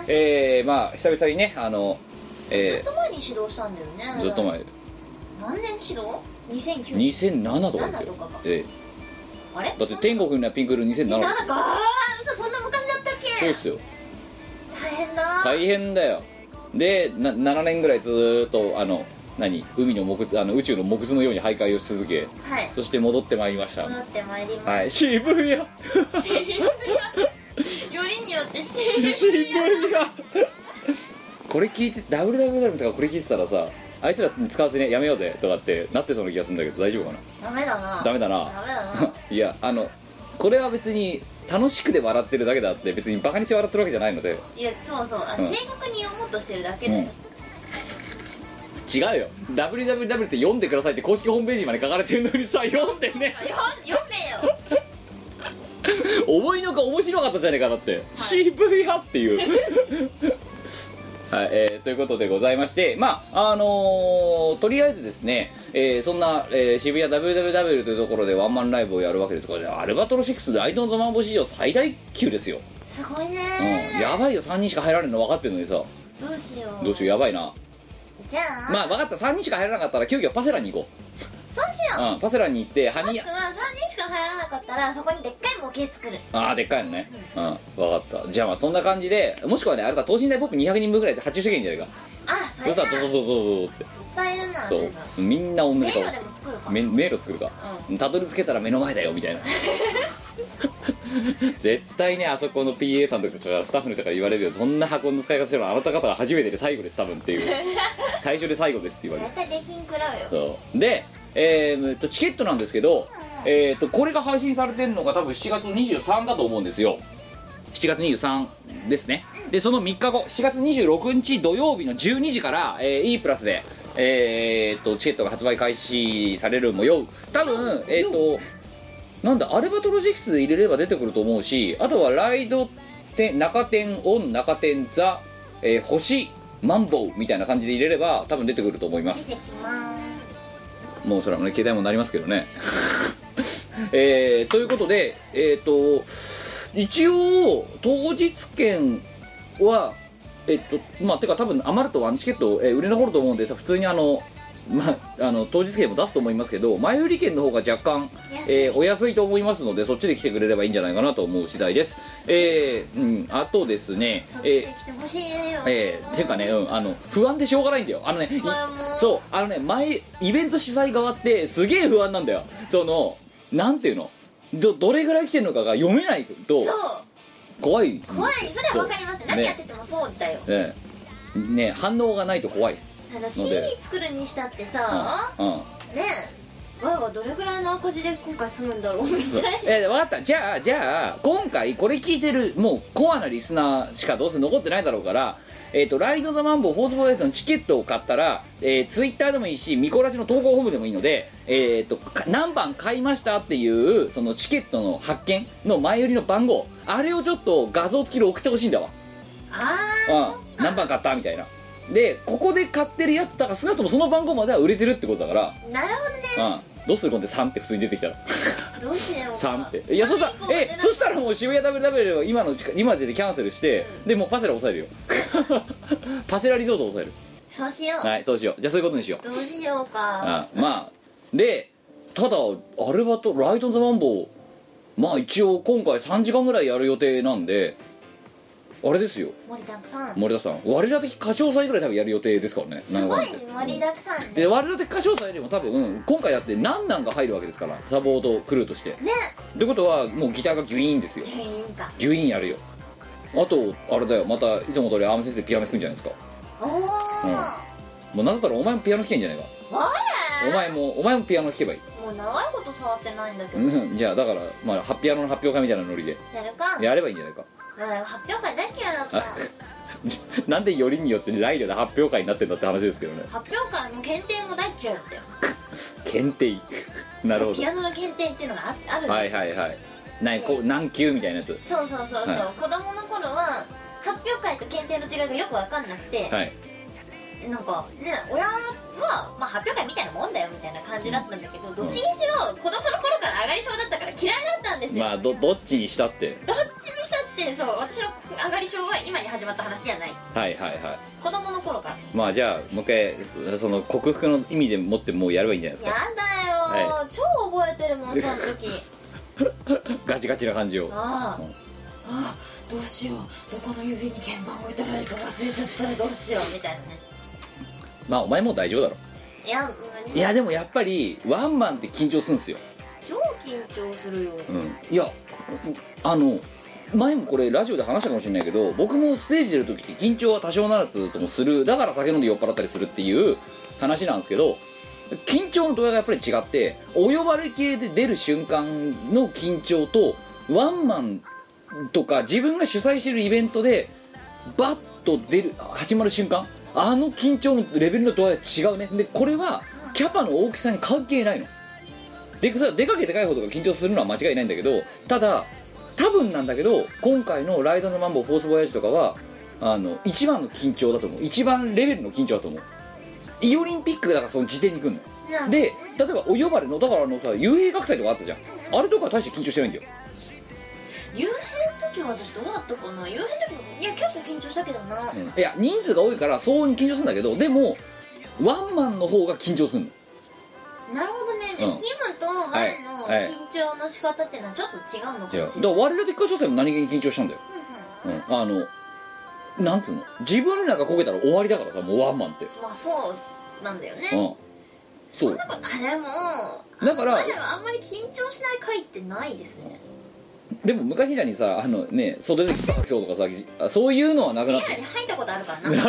S5: す
S4: えーまあ、久々にね、あの、
S5: ず
S4: え
S5: っと前に指導したんだよ
S4: ー
S5: ね
S4: ずっと前、
S5: 何年指導 ?2009
S4: 2007とかですよ
S5: 7とかか。
S4: え
S5: あれ
S4: ーだって天国にはピンクルー2007ですよ
S5: なんかあー嘘そんな昔だったっけ
S4: そうっすよ
S5: 大変だ
S4: 大変だよでな7年ぐらいずーっとあの何海の木図あの宇宙の木図のように徘徊をし続け
S5: はい
S4: そして戻ってまいりました
S5: 戻ってまいり
S4: は
S5: ま
S4: い
S5: し
S4: 渋谷
S5: た渋谷 よりによ って渋
S4: 渋
S5: 谷
S4: 谷これ聞いて WWW とかこれ聞いてたらさあいつらに使わせねやめようぜとかってなってそうな気がするんだけど大丈夫かな
S5: ダメだな
S4: ダメだな
S5: ダメだな
S4: いやあのこれは別に楽しくで笑ってるだけだって別にバカにして笑ってるわけじゃないので
S5: いやそうそうあ
S4: うん
S5: 正確に読もうとしてるだけだよ
S4: 違うよ WWW って読んでくださいって公式ホームページまで書かれてるのに さ読んでね
S5: よ読めよ
S4: 思いのが面白かったじゃねえかだって、渋谷っていう はい、えーということでございましてまああのーとりあえずですね、えーそんな、えー渋谷 WWW というところでワンマンライブをやるわけですこれアルバトロ6でアイドンザマンボ史上最大級ですよ、
S5: すごい
S4: うん
S5: ね
S4: やばいよ3人しか入られるの分かってるのにさ
S5: どうしよう
S4: どうしようやばいな
S5: じゃあ、
S4: まあ分かった3人しか入らなかったら急遽パセラに行こ
S5: そうし
S4: う、
S5: よ
S4: うん、パセラに行ってハ
S5: うも
S4: ニ
S5: し
S4: ー
S5: くは3人しか入らなかったらそこにでっかい模型作る
S4: ああでっかいのねうんわかったじゃあまあそんな感じでもしくはねあれか等身大ポップ200人分ぐらいで発注してけんじゃないか
S5: あそ
S4: そ
S5: れ
S4: した
S5: な
S4: ら
S5: い
S4: ドド
S5: っ
S4: ドドドドって
S5: ぱいいるな
S4: そ
S5: れが
S4: うみんな同
S5: 迷
S4: じ顔
S5: 路でも作るか
S4: め迷路作るかたどり着けたら目の前だよみたい な絶対ねあそこの PA さんとかからスタッフの人から言われるよそんな箱の使い方してるのあなた方が初めてで最後です多分っていう 最初で最後ですって言われる
S5: 絶対できんくらうよ
S4: そうで、えーえっとチケットなんですけど、えー、とこれが配信されてるのが多分7月23だと思うんですよ7月23ですねでその3日後7月26日土曜日の12時から、えー、E プラスでえー、っとチケットが発売開始される模様多分えー、っとなんだアルバトロジクスで入れれば出てくると思うしあとはライドて中天オン中天ザ、えー星マンボウみたいな感じで入れれば多分出てくると思います
S5: 出てきま
S4: もうそれはね携帯もなりますけどね えーということでえっ、と一応当日券はえっ、とまあてか多分余るとワンチケット、えー売れ残ると思うんで普通にあのまあ、あの当日券も出すと思いますけど前売り券の方が若干、
S5: 安い
S4: えーお安いと思いますのでそっちで来てくれればいいんじゃないかなと思う次第です、えーうん、あとですね、
S5: すそっち
S4: え
S5: で
S4: ー
S5: 来てほしいよ
S4: えー、ていうかね、うん、あの不安でしょうがないんだよあのねい
S5: 不安も
S4: そうあのね前イベント主催側ってすげえ不安なんだよそのなんていうのどどれぐらい来てるのかが読めないと
S5: そう
S4: 怖い
S5: 怖いそれは分かります
S4: そう
S5: 何やっててもそうだよ
S4: ねねね反応がないと怖い、
S5: あの CD 作るにしたってさ
S4: うんうん
S5: ねえわあわあどれぐらいの赤字で今回済むんだろうみ
S4: そう
S5: たい
S4: えー、分かったじゃあじゃあ今回これ聞いてるもうコアなリスナーしかどうせ残ってないだろうからえー、とライド・ザ・マンボウ・フォース・ボーイズのチケットを買ったら、えツイッター Twitter でもいいしミコラジの投稿フォームでもいいので、えー、とか何番買いましたっていうそのチケットの発券の前売りの番号あれをちょっと画像付きで送ってほしいんだわ、
S5: なあ
S4: うん、何番買ったみたいなでここで買ってるやつだから少なくともその番号までは売れてるってことだか
S5: あなるほどね
S4: ら、うん、どうするこれで3って普通に出てきたら
S5: どうしようか
S4: 三っていやそしたら
S5: 三以降は出
S4: え
S5: ない
S4: そしたらもう渋谷 WW は今の時間今時でキャンセルして、でもうパセラ抑えるよ パセラリゾート抑える
S5: そうしよう
S4: はいそうしようじゃあそういうことにしよう
S5: どうしようか
S4: あまあでただアルバトライト・ザ・マンボウまあ一応今回3時間ぐらいやる予定なんであれですよ
S5: 盛りだくさん
S4: 森田さん我ら的歌唱祭ぐらい多分やる予定ですからね
S5: すごい
S4: なんだかんだ
S5: 盛りだくさん
S4: で
S5: ね
S4: 我ら的歌唱祭よりも多分、今回やって何なんが入るわけですからサポートクルーとして
S5: ね
S4: ってことはもうギターがギュイーンですよ
S5: 店員か
S4: ギュイーンやるよあとあれだよまたいつも通りアーム先生ピアノ弾くんじゃないですか
S5: おお
S4: もうなんだったらお前もピアノ弾けんじゃないか
S5: 我
S4: お前もお前もピアノ弾けばいい、
S5: もう長いこと触ってないんだけど
S4: うん、じ ゃあだから、まあ、ハピアノの発表会みたいなノリで
S5: やるか
S4: やればいいんじゃないか
S5: まあ発表会大嫌いだった
S4: あなんでよりによってライドで発表会になってんだって話ですけどね
S5: 発表会の検定も大嫌いだったよ
S4: 検定 なるほ
S5: そう
S4: ど
S5: ピアノの検定っていうのがああるんですよ
S4: はいはいはい何こう何級みたいなやつ
S5: そうそうそうそう、
S4: は
S5: 子供の頃は発表会と検定の違いがよく分かんなくて、
S4: はい
S5: なんかね親は、まあ、発表会みたいなもんだよみたいな感じだったんだけど、どっちにしろ子供の頃から上がり症だったから嫌いだったんですよ、
S4: まあどどっちにしたって
S5: どっちにしたってそう私の上がり症は今に始まった話じゃない
S4: はいはいはい
S5: 子供の頃から
S4: まあじゃあもう一回その克服の意味でもってもうやればいいんじゃないです
S5: や
S4: か
S5: だよ、超覚えてるもんその時
S4: ガチガチな感じを
S5: ああああどうしようどこの指に鍵盤置いたらいいか忘れちゃったらどうしようみたいなね
S4: まあお前もう大丈夫だろ
S5: いや
S4: いやでもやっぱりワンマンって緊張するんですよ、
S5: 超緊張するよ
S4: うん、いやあの前もこれラジオで話したかもしれないけど僕もステージ出る時って緊張は多少ならずともするだから酒飲んで酔っ払ったりするっていう話なんですけど緊張の度合いがやっぱり違ってお呼ばれ系で出る瞬間の緊張とワンマンとか自分が主催してるイベントでバッと出る始まる瞬間あの緊張のレベルの度合いは違うねでこれはキャパの大きさに関係ないのでそれはでかけでかいほどが緊張するのは間違いないんだけどただ多分なんだけど今回の「ライドのマンボウフォースボヤージュ」とかはあの一番の緊張だと思う一番レベルの緊張だと思うイオリンピックだからその時点に来るのよ
S5: なん
S4: で例えばお呼ばれのだからあのさ遊泳学祭とかあったじゃんあれとかは大して緊張してないんだよ
S5: 幽閉の時は私どうだったかな幽閉の時もいや結構緊張したけどな、
S4: いや人数が多いから相応に緊張するんだけどでもワンマンの方が緊張するの
S5: なるほどね、
S4: うん
S5: キムと前の、
S4: え
S5: 緊張の仕方ってのはちょっと違うのかもし
S4: 違うだ
S5: れない
S4: から我々的歌唱戦も何気に緊張したんだよ、
S5: う
S4: うん、あのなんつうの自分らがこけたら終わりだからさもうワンマンって、
S5: んうんまあそうなんだよね、
S4: うんそ
S5: そん
S4: う
S5: なことあでも
S4: だから
S5: あでもあんまり緊張しない回ってないですね
S4: でも昔みたいにさあのね袖でバークショーとかさじあそういうのはなく
S5: リ
S4: な
S5: ア
S4: っ
S5: ル
S4: た
S5: に入ったことあ るからな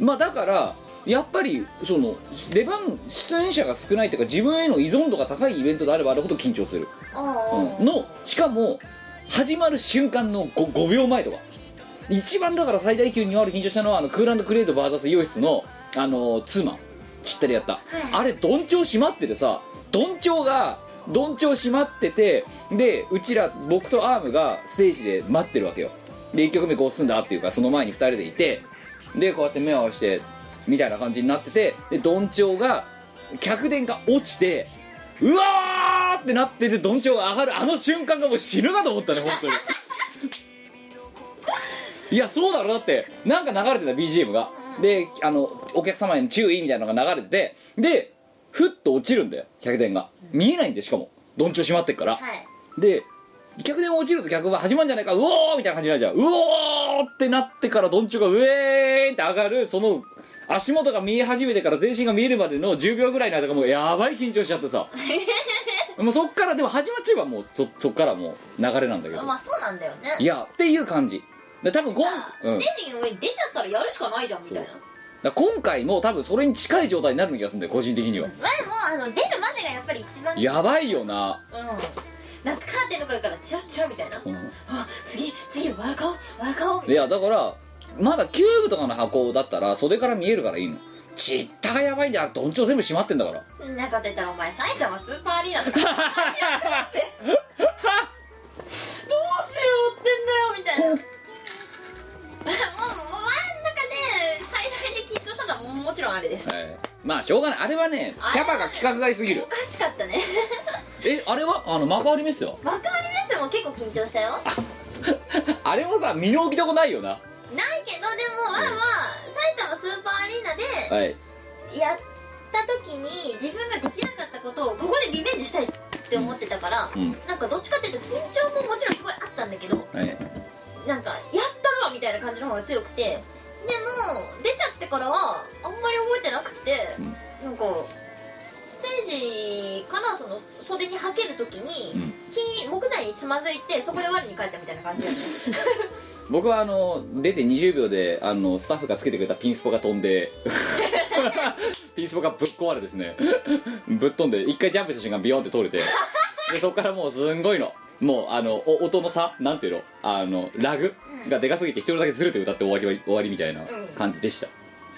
S4: まあだからやっぱりその出番出演者が少ないというか自分への依存度が高いイベントであればあるほど緊張する、
S5: お
S4: うん、のしかも始まる瞬間の 5, 5秒前とか一番だから最大級にある緊張したのはあのクールクレイド VS イオシスのあの妻ちったりやった、あれどんちょう閉まっててさどんちょうがどんちょう閉まっててでうちら僕とアームがステージで待ってるわけよで1曲目こうすんだっていうかその前に2人でいてでこうやって目を合わせてみたいな感じになっててでどんちょうが客電が落ちてうわーってなっててどんちょうが上がるあの瞬間がもう死ぬかと思ったね本当に いやそうだろだってなんか流れてた BGM がであのお客様への注意みたいなのが流れててでふっと落ちるんだよ客電が見えないんでしかもどんちょう閉まってっから、
S5: はい
S4: で客電落ちると客は始まるんじゃないかうおーみたいな感じになるじゃんうおーってなってからどんちょうがウェーンって上がるその足元が見え始めてから全身が見えるまでの10秒ぐらいの間がもうやばい緊張しちゃってさもうそっからでも始まっちゃえばもうそそっからもう流れなんだけど
S5: まあそうなんだよね
S4: いやっていう感じで多分今,、
S5: さ
S4: うん、
S5: ステージの上に出ちゃったらやるしかないじゃんみたいな
S4: だから今回も多分それに近い状態になる気がするんだよ個人的には
S5: まあでもあの出るまでがやっぱり一番
S4: やばいよな、
S5: うんなんかカーテンの声からチラッチラみたいな、
S4: うん
S5: あ次次わや顔わや顔み
S4: い
S5: たい
S4: やだからまだキューブとかの箱だったら袖から見えるからいいのちったがやばいんだよどんちょう全部閉まってんだから
S5: ななんか出たらお前埼玉スーパーアリーナとかどうしようってんだよみたいなもうもう真ん中で最大で緊張したのはもちろんあれです
S4: えーまあしょうがないあれはねキャパが規格外すぎる
S5: おかしかったね
S4: えあれはあの幕張メッセは
S5: 幕張メッセも結構緊張したよ
S4: あれもさ身の置きとこないよな
S5: ないけどでもわんは埼玉スーパーアリーナで
S4: はい
S5: やった時に自分ができなかったことをここでリベンジしたいって思ってたから、
S4: うん
S5: なんかどっちかっていうと緊張ももちろんすごいあったんだけど
S4: はい
S5: なんかやったるわみたいな感じの方が強くてでも出ちゃってからはあんまり覚えてなくて、なんかステージからその袖にはける時に、
S4: うん
S5: 木木材につまずいてそこで我に返ったみたいな感じだった
S4: 僕はあの出て20秒であのスタッフがつけてくれたピンスポが飛んで ピンスポがぶっ壊れですねぶっ飛んで一回ジャンプした瞬間ビヨンって取れてでそこからもうすんごいのもうあのお音の差なんていうのあのラグがでかすぎて一人だけずれて歌って終わり終わりみたいな感じでした、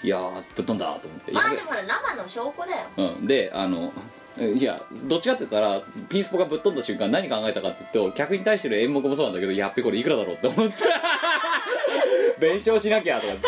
S4: いやーぶっ飛んだと思ってや
S5: まあ
S4: べ
S5: でもほら生の証拠だよ
S4: うん、であの いやどっちかって言ったらピンスポがぶっ飛んだ瞬間何考えたかって言うと客に対しての演目もそうなんだけどやっべこれいくら だろうって思って弁償しなきゃとかって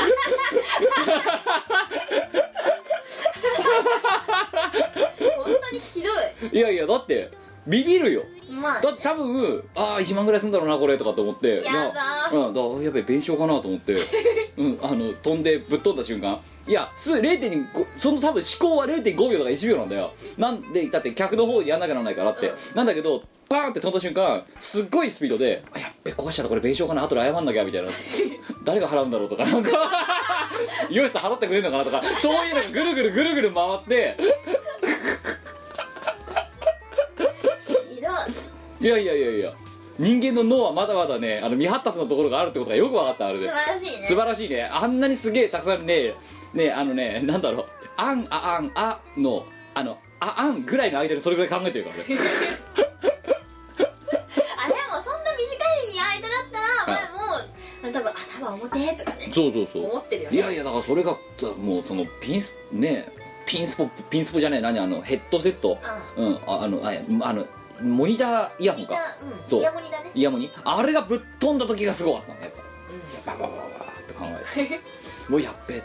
S5: 本当にひどい
S4: いやいやだってビビるよ
S5: まあ
S4: だって多分ああ1万ぐらいすんだろうなこれとかと思って
S5: やだー
S4: うん、だからやべえ弁償かなと思って うんあの飛んでぶっ飛んだ瞬間いやす0.5その多分思考は0.5秒とか1秒なんだよなんでだって客の方やんなきゃならないからって、なんだけどパーンって飛んだ瞬間すっごいスピードで「あやっべ壊しちゃったこれ弁償かな後で謝んなきゃ」みたい な誰が払うんだろうとかなんか よしさん払ってくれるのかなとかそういうのがぐるぐるぐるぐる回って
S5: ひどい
S4: いやいやいやいや人間の脳はまだまだねあの未発達のところがあるってことがよく分かったあれ
S5: 素
S4: で
S5: 晴らしいね
S4: 素晴らしいねあんなにすげえたくさんねねあのねなんだろう「あんああんあ」のあの「ああん」ぐらいの間にそれぐらい考えてるからね
S5: あでもそんな短い間だったら前も多分頭表とかね
S4: そうそうそう
S5: 思ってるよ
S4: い
S5: ね
S4: やいやだからそれがもうそのピンスねピンスポピンスポじゃねえ何あのヘッドセットうんああのああのモニターイヤホン
S5: みん
S4: か
S5: なうん
S4: そう
S5: イヤモニだね
S4: イヤモニあれがぶっ飛んだ時がすごかったのやっぱバババババって考えてもうやっべ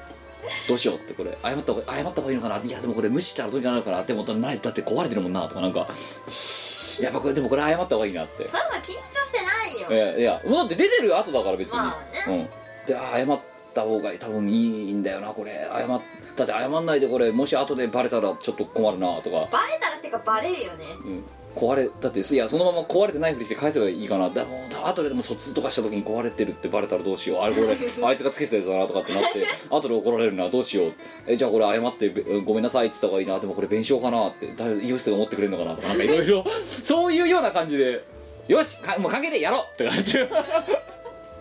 S4: どうしようってこれ謝った方が謝った方がいいのかないやでもこれ無視したらどうにかなるからって思ったらないだって壊れてるもんなとかなんかやっぱこれでもこれ謝った方がいいなって
S5: それは緊張してない
S4: い
S5: よ
S4: やいやもうだって出てる後だから別に、
S5: まあ
S4: うんであー謝っった方が多分いいんだよなこれ謝っだって謝んないでこれもし後でバレたらちょっと困るなとか、
S5: バレたらってかバレるよね
S4: うん、壊れだっていやそのまま壊れてないふりして返せばいいかなだもうだ後ででも卒とかした時に壊れてるってバレたらどうしようあれこれあいつがつけてたやつだなとかってなって後で怒られるなどうしようえじゃあこれ謝ってべごめんなさいって言った方がいいなでもこれ弁償かなってだイオシスが持ってくれるのかなとかなんかいろいろそういうような感じでよしかもう関係ねえやろうって感じ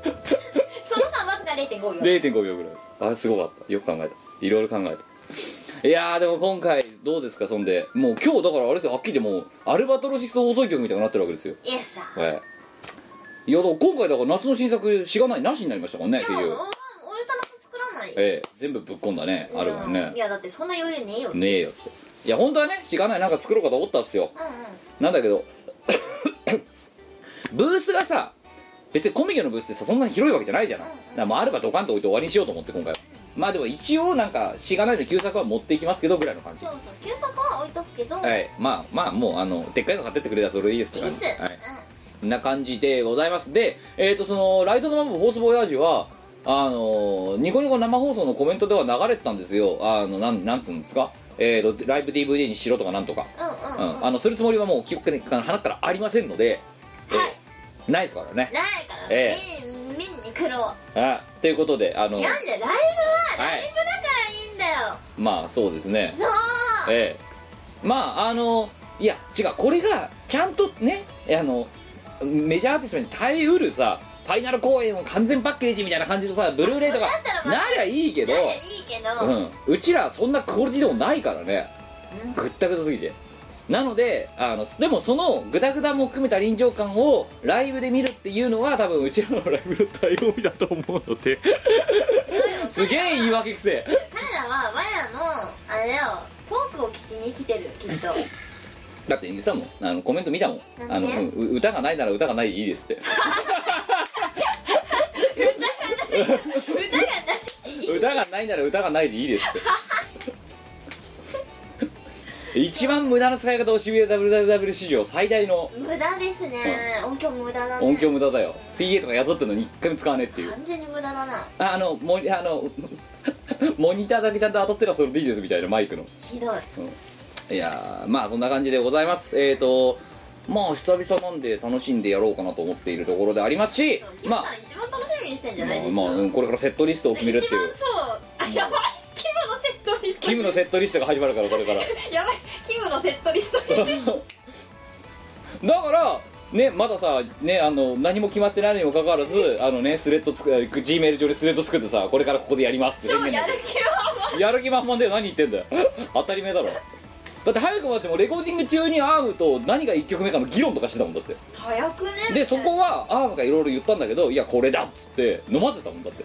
S5: その間わずか0.5秒
S4: 0.5秒ぐらいあすごかったよく考えたいろいろ考えたいやーでも今回どうですかそんでもう今日だからあれってはっきりでもうアルバトロシス放送局みたいになってるわけですよ
S5: イエスさ
S4: ええいやだから今回だから夏の新作しがないなしになりましたもんね
S5: で
S4: 結
S5: も俺
S4: 局
S5: は俺たま作らないよ
S4: ええ全部ぶっ込んだねあるもん
S5: うん
S4: ね
S5: いやだってそんな余裕ねえよ
S4: ねえよっていや本当はねしがないなんか作ろうかと思ったんですよ
S5: うんうん
S4: なんだけど ブースがさ別にコミケのブースってさそんなに広いわけじゃないじゃないだからもうあればドカンと置いて終わりにしようと思って今回はまあでも一応なんかしがないの旧作は持っていきますけどぐらいの感じ
S5: そう
S4: は
S5: そう旧作は置いとくけど
S4: いまあまあもうあのでっかいの買ってってくれたらそれでいいです
S5: イ
S4: と
S5: エ
S4: か、
S5: ス
S4: はい、な感じでございますでえっ、とそのライトのマムホースボヤージュはあのニコニコ生放送のコメントでは流れてたんですよあのなんなんつうんですかえー、とライブ DVD にしろとかなんとか
S5: うんうんうん
S4: うんあのするつもりはもう記憶から放ったらありませんので、えー
S5: はい
S4: ないですからね。
S5: ないから、
S4: え
S5: みん見に来ろ
S4: あということであ
S5: う
S4: の
S5: 違うんだよライブは
S4: は
S5: ラ
S4: い
S5: イブだからいいんだよ、
S4: まあそうですね。
S5: そう
S4: ええまああのいや違うこれがちゃんとねえあのメジャーアーティストに耐えうるさファイナル公演を完全パッケージみたいな感じのさブルーレイとか
S5: それだったらま
S4: な
S5: あ
S4: りゃいいけど
S5: ならいいけど、
S4: うん、うちらそんなクオリティでもないからね
S5: うん
S4: ぐったぐたすぎてなのであのでもそのぐだぐだも含めた臨場感をライブで見るっていうのは多分うちらのライブの醍醐味だと思うので
S5: 違うよ
S4: すげえ言い訳くせえ
S5: 彼らは我らのあれだよトークを聞きに来てるきっと
S4: だって実はもうあのコメント見たもんあ
S5: なん
S4: の、
S5: で
S4: うんう歌がないなら歌がないでいいですって
S5: 歌
S4: 歌が
S5: がない
S4: ないなら歌がないでいいですって一番無駄な使い方を渋谷 WWW 史上最大の
S5: 無駄ですね音響無駄だね
S4: 音響無駄だよ PA とか雇ってんのに一回も使わねえっていう
S5: 完全に無駄だな
S4: ああのモニあの モニターだけちゃんと当たってらそれでいいですみたいなマイクの
S5: ひどい
S4: いやーまあそんな感じでございますえーとまあ久々なんで楽しんでやろうかなと思っているところでありますし
S5: ヒロ
S4: まあ
S5: さん一番楽しみにしてんじゃないですか
S4: まあ、まあ、これからセットリストを決めるって
S5: 一
S4: い
S5: 番
S4: う
S5: そうあやばいキムのセットリスト
S4: キムのセットリストが始まるからこれから
S5: やばいキムのセットリストに
S4: だからねまださねあの何も決まってないにもかかわらずあのねスレッドつく G メール上でスレッド作ってさこれからここでやりますって
S5: 超
S4: 宣言
S5: やる気は
S4: やる気満々で何言ってんだよ当たり前だろだって早くもだってもうレコーディング中にアームと何が1曲目かの議論とかしてたもんだって
S5: 早くね
S4: でそこはアームがいろいろ言ったんだけどいやこれだっつって飲ませたもんだって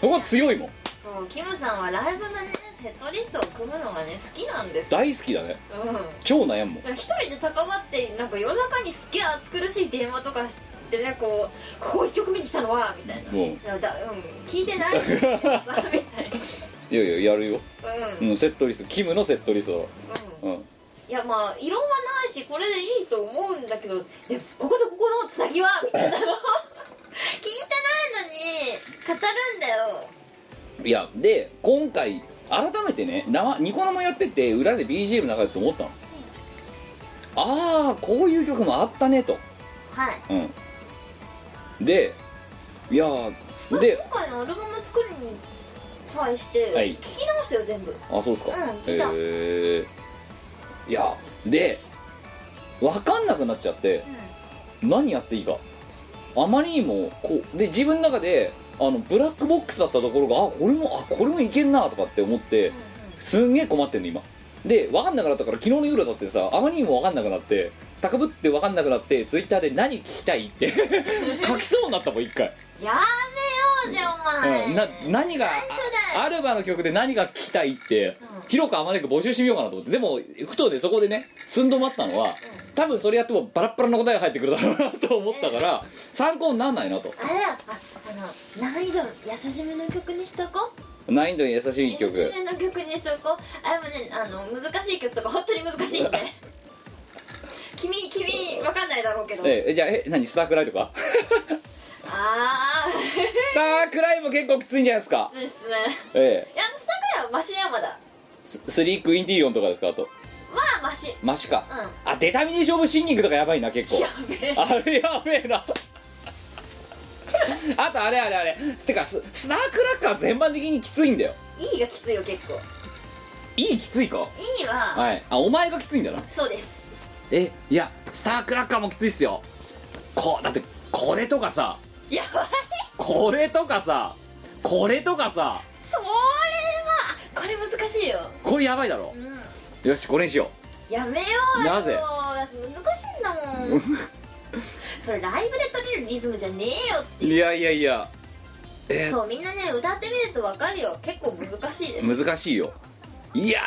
S4: そこは強いもん
S5: そうキムさんはライブのねセットリストを組むのがね好きなんですよ
S4: 大好きだね
S5: うん
S4: 超悩むもん
S5: 一人で高まってなんか夜中にすげえ暑苦しい電話とかしてねこうここ一曲目にしたのはみたいな、
S4: うん
S5: だだうん、聞いて ないそうみたいな
S4: ういやいややるよ、
S5: うん、
S4: う
S5: うん、
S4: ん、セットリストキムのセットリストだろ、うん、
S5: いやまあ異論はないしこれでいいと思うんだけどでこことここのつなぎはみたいなの 聞いてないのに語るんだよ
S4: いやで今回改めてね生ニコ生やってて裏で BGM 流れてて思ったの、ああこういう曲もあったねと
S5: はい
S4: うん、でいやー
S5: まあ
S4: で
S5: 今回のアルバム作りに際して
S4: はい
S5: 聞き直したよ全部、
S4: あそうですか、
S5: うん聞いた
S4: えーいやで分かんなくなっちゃって何やっていいかあまりにもこうで自分の中であのブラックボックスだったところがあこれもあこれもいけんなとかって思って、すんげえ困ってんの今で分かんなくなったから昨日の夜だってさあまりにも分かんなくなって高ぶって分かんなくなってツイッターで何聞きたいって 書きそうになったもん一回
S5: やめようぜお前、
S4: うん、な何が
S5: 内緒だよ
S4: あアルバの曲で何が聞きたいって、
S5: うん
S4: 広くあまねく募集してみようかなと思ってでもふとでそこでね寸止まったのは、多分それやってもバラッバラの答えが入ってくるだろうなと思ったから、参考にならないなと
S5: あれだよああの難易度優しめの曲にしとこ
S4: 難易度に優しい曲
S5: 優しめの曲にしとこあれもねあの難しい曲とか本当に難し いんで君君わかんないだろうけど、
S4: ええじゃあえ何スタークライとか
S5: ああー
S4: スタークライム結構きついんじゃないですか
S5: きついっすね
S4: ええ
S5: いやあの桜井はマシな山だ
S4: ススリークインティリオンとかですかあと
S5: まあマシ
S4: マシか、
S5: う
S4: あデタミネーション・オブ・シンギングとかやばいな結構
S5: やべえ
S4: あれやべえな あとあれあれあれてかススタークラッカー全般的にきついんだよ
S5: E がきついよ結構
S4: いいきついか
S5: E は
S4: はいあお前がきついんだな
S5: そうです
S4: えいやスタークラッカーもきついっすよこうだってこれとかさ
S5: やばい
S4: これとかさこれとかさ
S5: それはこれ難しいよ
S4: これやばいだろ
S5: うん
S4: よしこれにしよ
S5: やめようよ
S4: なぜ
S5: だって難しいんだ もんそれライブで取れるリズムじゃねえよ
S4: ういやいやいやえ
S5: そうみんなね歌ってみると分かるよ結構難しいですね
S4: 難しいよいや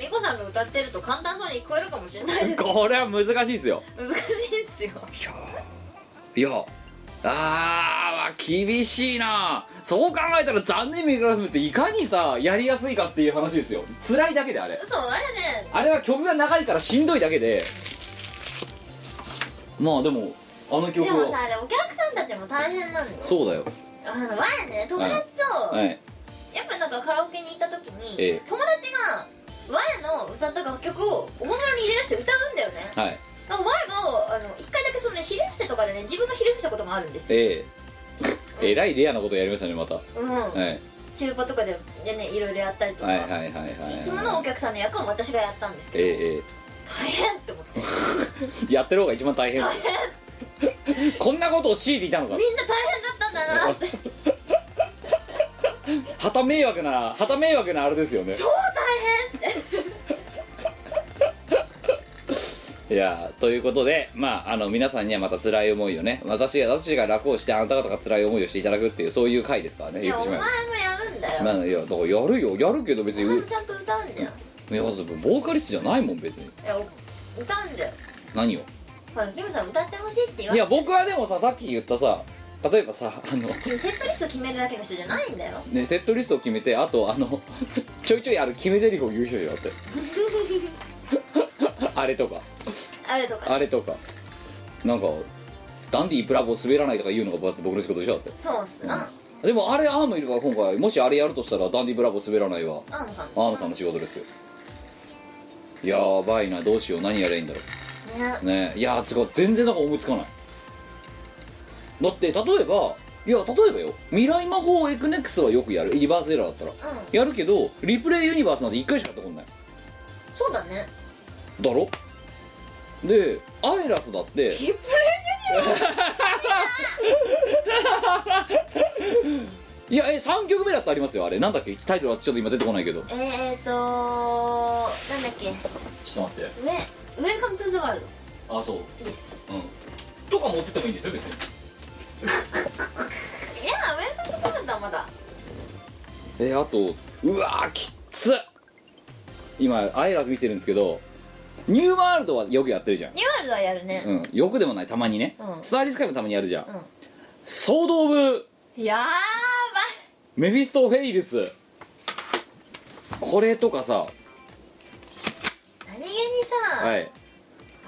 S5: 美子さんが歌ってると簡単そうに聞こえるかもしれないで
S4: ー
S5: す
S4: これは難しいっすよ
S5: 難しいっすよ
S4: いやーいやあー厳しいなそう考えたら残念ミクラスムっていかにさやりやすいかっていう話ですよ辛いだけであれ
S5: そうあれね
S4: あれは曲が長いからしんどいだけでまあでもあの曲
S5: でもさ
S4: は
S5: あれお客さんたちも大変なのよ
S4: そうだよ
S5: あの前ね友達と、
S4: はい
S5: やっぱなんかカラオケに行った時に、
S4: ええ
S5: 友達がわやの歌った楽曲をおもむろに入れ出して歌うんだよね
S4: はい
S5: なんかわやがあの一回だけそのねひれ伏せとかでね自分がひれ伏したこともあるんですよ、
S4: え ええらいレアなことやりましたねまた、は
S5: うん、
S4: い、はい
S5: チルパとかでねいろいろやったりとか、
S4: はいはいはいはい
S5: いつものお客さんの役を私がやったんですけど
S4: ええ
S5: 大変って思って
S4: ええやってる方が一番大変ですよ こんなことを強いていたのか
S5: みんな大変だったんだなって
S4: はた迷惑なはた迷惑なあれですよね
S5: 超大変って
S4: いやーということでまああの皆さんにはまた辛い思いをね私が私が楽をしてあなた方が辛い思いをしていただくっていうそういう回ですからね
S5: いやお
S4: し
S5: 前も
S4: ま
S5: やるんだ
S4: え
S5: よ
S4: ばまあいやだからやるよやるけど別
S5: お
S4: に
S5: 前も
S4: う
S5: ちゃんと歌うんだよ
S4: いやだってボーカリストじゃないもん別に
S5: いやお歌うんだよ
S4: 何を
S5: ほらキムさん歌ってほしいって言わ
S4: い
S5: れ
S4: や僕はでもささっき言ったさ例えばさあの
S5: てセットリスト決めるだけの人じゃないんだよ
S4: ねセットリストを決めてあとあの ちょいちょいある決め台詞を言う人じゃな くてあれとか
S5: あれとか
S4: あれとかなんかダンディーブラボー滑らないとか言うのが僕の仕事でしょだって
S5: そうっすな
S4: でもあれアームいるから今回もしあれやるとしたらダンディブラボー滑らないは
S5: アームさん
S4: アームさんの仕事ですよやばいなどうしよう何やりゃいいんだろ
S5: ね
S4: うねえいやつか全然なんか思いつかないだって例えばいや例えばよ未来魔法エクネックスはよくやるリバースエラーだったら
S5: うん
S4: やるけどリプレイユニバースなんて1回しかやったことない
S5: そうだね
S4: だろでアイラスだって
S5: リプレイユニ
S4: いやえ3曲目だってありますよあれなんだっけタイトルはちょっと今出てこないけど
S5: えーとーなんだっけ
S4: ちょっと待って
S5: ウェウェルカムトゥザワール
S4: あそう
S5: ドです
S4: うんとか持ってってもいいんですよ別に
S5: いやウェルカムトゥザワールドはまだ
S4: えあとうわーきっつ今アイラズ見てるんですけどニューワールドはよくやってるじゃん
S5: ニューワールドはやるね
S4: うんよくでもないたまにね、
S5: うん
S4: スターリスカイもたまにやるじゃん、
S5: うん
S4: ソード・オブ・
S5: やーば
S4: メフィスト・フェイルスこれとかさ
S5: い何気にさ、
S4: はい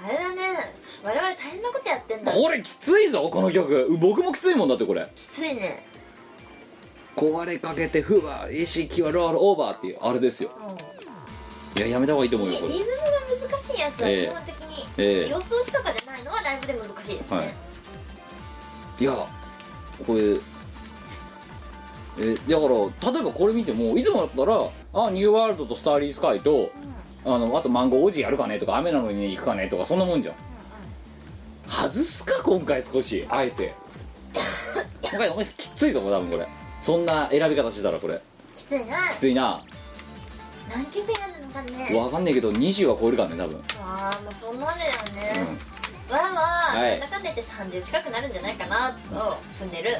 S5: あれだね我々大変なことやってんだ
S4: これきついぞこの曲う僕もきついもんだってこれ
S5: きついね
S4: 壊れかけてフーバー意識はロールオーバーっていうあれですよ
S5: うん
S4: いややめた方がいいと思う
S5: リ
S4: よ
S5: リズ
S4: こ
S5: ム
S4: れ
S5: が難しいやつは基本的に、
S4: ええ
S5: 腰痛しとかじゃないのはライブで難しいですね、
S4: はいいやこれえだから例えばこれ見てもいつもだったら「あニューワールド」と「スターリースカイと」あのあと「マンゴー王子やるかね」とか「雨なのに、ね、行くかね」とかそんなもんじゃん外すか今回少しあえて今回お前きっついぞこれ多分これそんな選び方してたらこれ
S5: きついな
S4: きついな
S5: 何級目なのかね
S4: わかんねえけど20は超えるからね多分
S5: わあまあそんなあれだよ
S4: う
S5: ね
S4: ん、
S5: わあは
S4: は
S5: ないんだかんだ言って30近くなるんじゃないかなと住んでる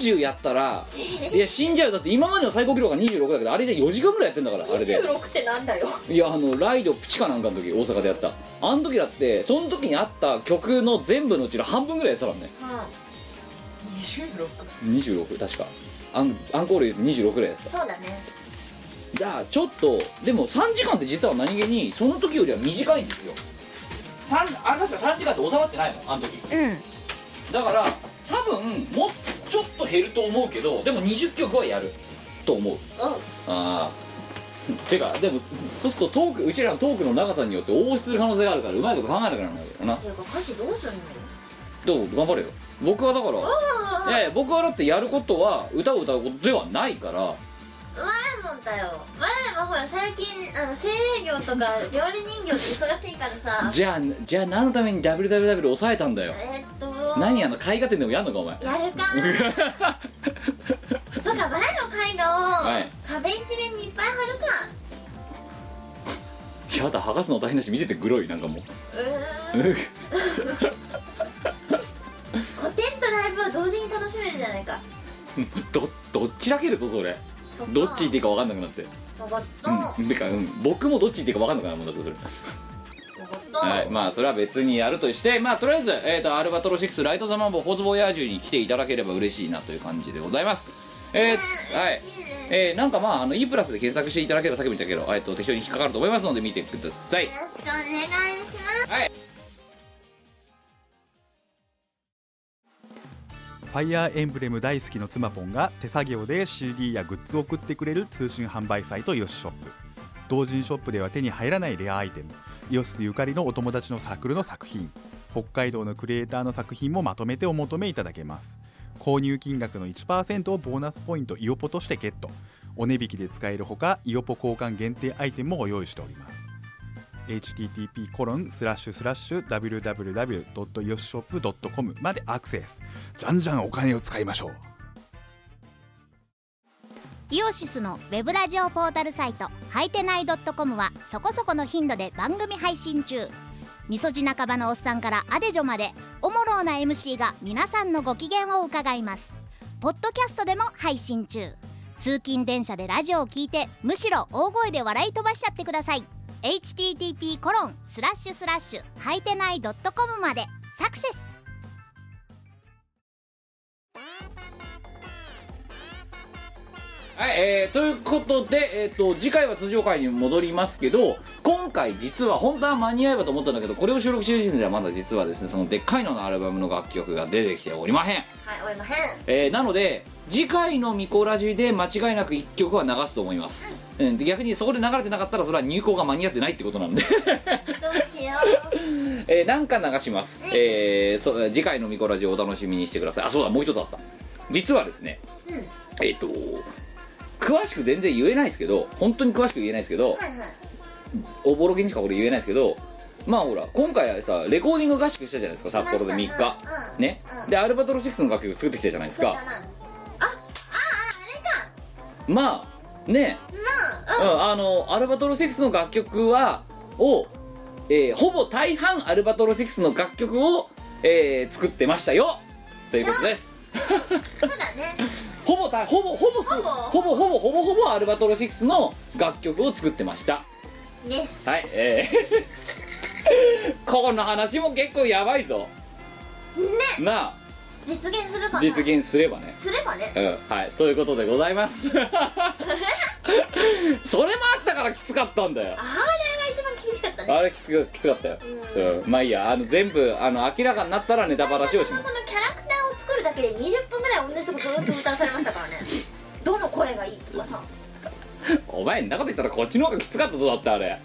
S4: 30やったらいや死んじゃうだって今までの最高記録が26だけどあれで4時間ぐらいやってんだからあれで
S5: 26ってなんだよ
S4: いやあのライドプチかなんかの時大阪でやったあの時だってその時にあった曲の全部のうちの半分ぐらいやってたからね
S5: うん26
S4: 26確かアンアンコール26ぐらいやって
S5: そうだね
S4: たじゃあちょっとでも3時間って実は何気にその時よりは短いんですよ3あれ確か3時間って収まってないもんあの時
S3: うん
S4: だから多分もうちょっと減ると思うけどでも20曲はやると思うああてかでもそうするとトークうちらのトークの長さによって応募する可能性があるからうまいこと考えなくなるんだけどな
S5: ていうか歌詞どうすんの
S4: どう頑張れよ僕はだからいやいや僕はだってやることは歌を歌うことではないから
S5: わえもんだよわえもほら最近あの精霊業とか料理人形で忙しいからさ
S4: じゃあじゃあ何のために WWW 抑えたんだよ
S5: えっと
S4: 何あの絵画展でもやんのかお前
S5: やるかなそうかバラの絵画
S4: は
S5: を
S4: い
S5: 壁一面にいっぱい貼るか
S4: やだ剥がすの大変だし見ててグロいなんかもう
S5: うーん古典とライブは同時に楽しめるじゃないか
S4: どどっちだけるぞそれ
S5: そか
S4: どっち言っていいか分かんなくなって
S5: わかったわか
S4: うんてか、うん、僕もどっち言っていいか分かんなくなるもんだってそれ
S5: った
S4: はい、まあそれは別にやるとしてまあとりあえず、えー、とアルバトロ6ライトザマンボホズボヤージュに来ていただければ嬉しいなという感じでございますえー、はい
S5: 嬉しいね
S4: えー、なんかまああの E プラスで検索していただければさっきも言ったけど、えー、と適当に引っかかると思いますので見てください
S5: よろしくお願いします
S6: ファイアーエンブレム大好きの妻ポンが手作業で CD やグッズを送ってくれる通信販売サイトイオシショップ同人ショップでは手に入らないレアアイテムイオシスゆかりのお友達のサークルの作品北海道のクリエイターの作品もまとめてお求めいただけます購入金額の1%をボーナスポイントイオポとしてゲットお値引きで使えるほかイオポ交換限定アイテムもご用意しております http コロンスラッシュスラッシュ www.yoshop.com までアクセスじゃんじゃんお金を使いましょう
S3: イオシスのウェブラジオポータルサイト「はいてない .com」はそこそこの頻度で番組配信中みそじ半ばのおっさんからアデジョまでおもろうな MC が皆さんのご機嫌を伺いますポッドキャストでも配信中通勤電車でラジオを聞いてむしろ大声で笑い飛ばしちゃってください http コロンスラッシュスラッシュはいてない .com までサクセス
S4: はい、えー、ということで、えー、と次回は通常回に戻りますけど今回実は本当は間に合えばと思ったんだけどこれを収録してる時点ではまだ実はですねそのでっかいののアルバムの楽曲が出てきておりまへん
S5: はいおいまへん
S4: えーなので次回の「ミコラジ」で間違いなく1曲は流すと思います、うん、で逆にそこで流れてなかったらそれは入稿が間に合ってないってことなんで、
S5: どうしよう
S4: えーなんか流します、えーそ次回の「ミコラジ」をお楽しみにしてくださいあそうだもう一つあった実はですね
S5: うん
S4: えっ、と詳しく全然言えないですけど本当に詳しく言えないですけど
S5: はいはい
S4: おぼろげにしかこれ言えないですけどまあほら今回さレコーディング合宿したじゃないですか札幌で3
S5: しました
S4: 日
S5: うん
S4: ね
S5: うん
S4: でアルバトロ6の楽曲作ってきたじゃないです
S5: そうだ
S4: か
S5: なああああ
S4: まあね
S5: れかなあ
S4: うん、あのアルバトロ6の楽曲はを、えーほぼ大半アルバトロ6の楽曲を、えー作ってましたよということです
S5: そうだね
S4: ほぼ大ほぼほぼす
S5: ほ
S4: ほぼ
S5: ぼ
S4: ほぼほぼほぼアルバトロ6の楽曲を作ってました
S5: です
S4: はいえー この話も結構やばいぞ
S5: ね
S4: なあ
S5: 実現するかな
S4: 実現すればね
S5: すればね
S4: うんはいということでございます それもあったからきつかったんだよ
S5: あれが一番厳しかったね
S4: あれきつくきつかったよ、
S5: うん
S4: うんまあいいやあの全部あの明らかになったらネタバラシをし
S5: その
S4: ます
S5: そのキャラクターを作るだけで20分ぐらい同じとこずっと歌わされましたからねどの声がいいとかさ
S4: お前んなこと言ったらこっちの方がきつかったぞだってあれ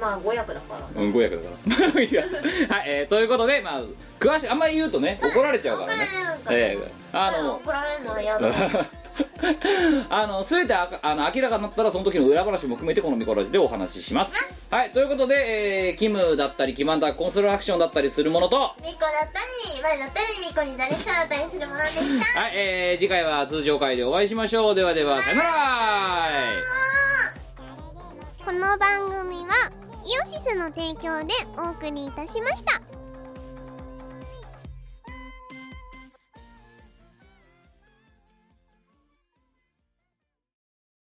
S5: まあ5役だから
S4: うん500だから いやはい、えーということでまあ詳しいあんまり言うとね
S5: そう
S4: 怒られちゃうからね
S5: 怒られるから
S4: ええあの
S5: 怒られるのは嫌だ
S4: あの全てああの明らかになったらその時の裏話も含めてこのミコラジでお話ししますはいということで、えーキムだったりキマンダコンストラクションだったりするものと
S5: ミコだったり前だったりミコに誰しさだったりするものでした
S4: はい、えー次回は通常回でお会いしましょうではではさよなら
S1: この番組はイオシスの提供でお送りいたしました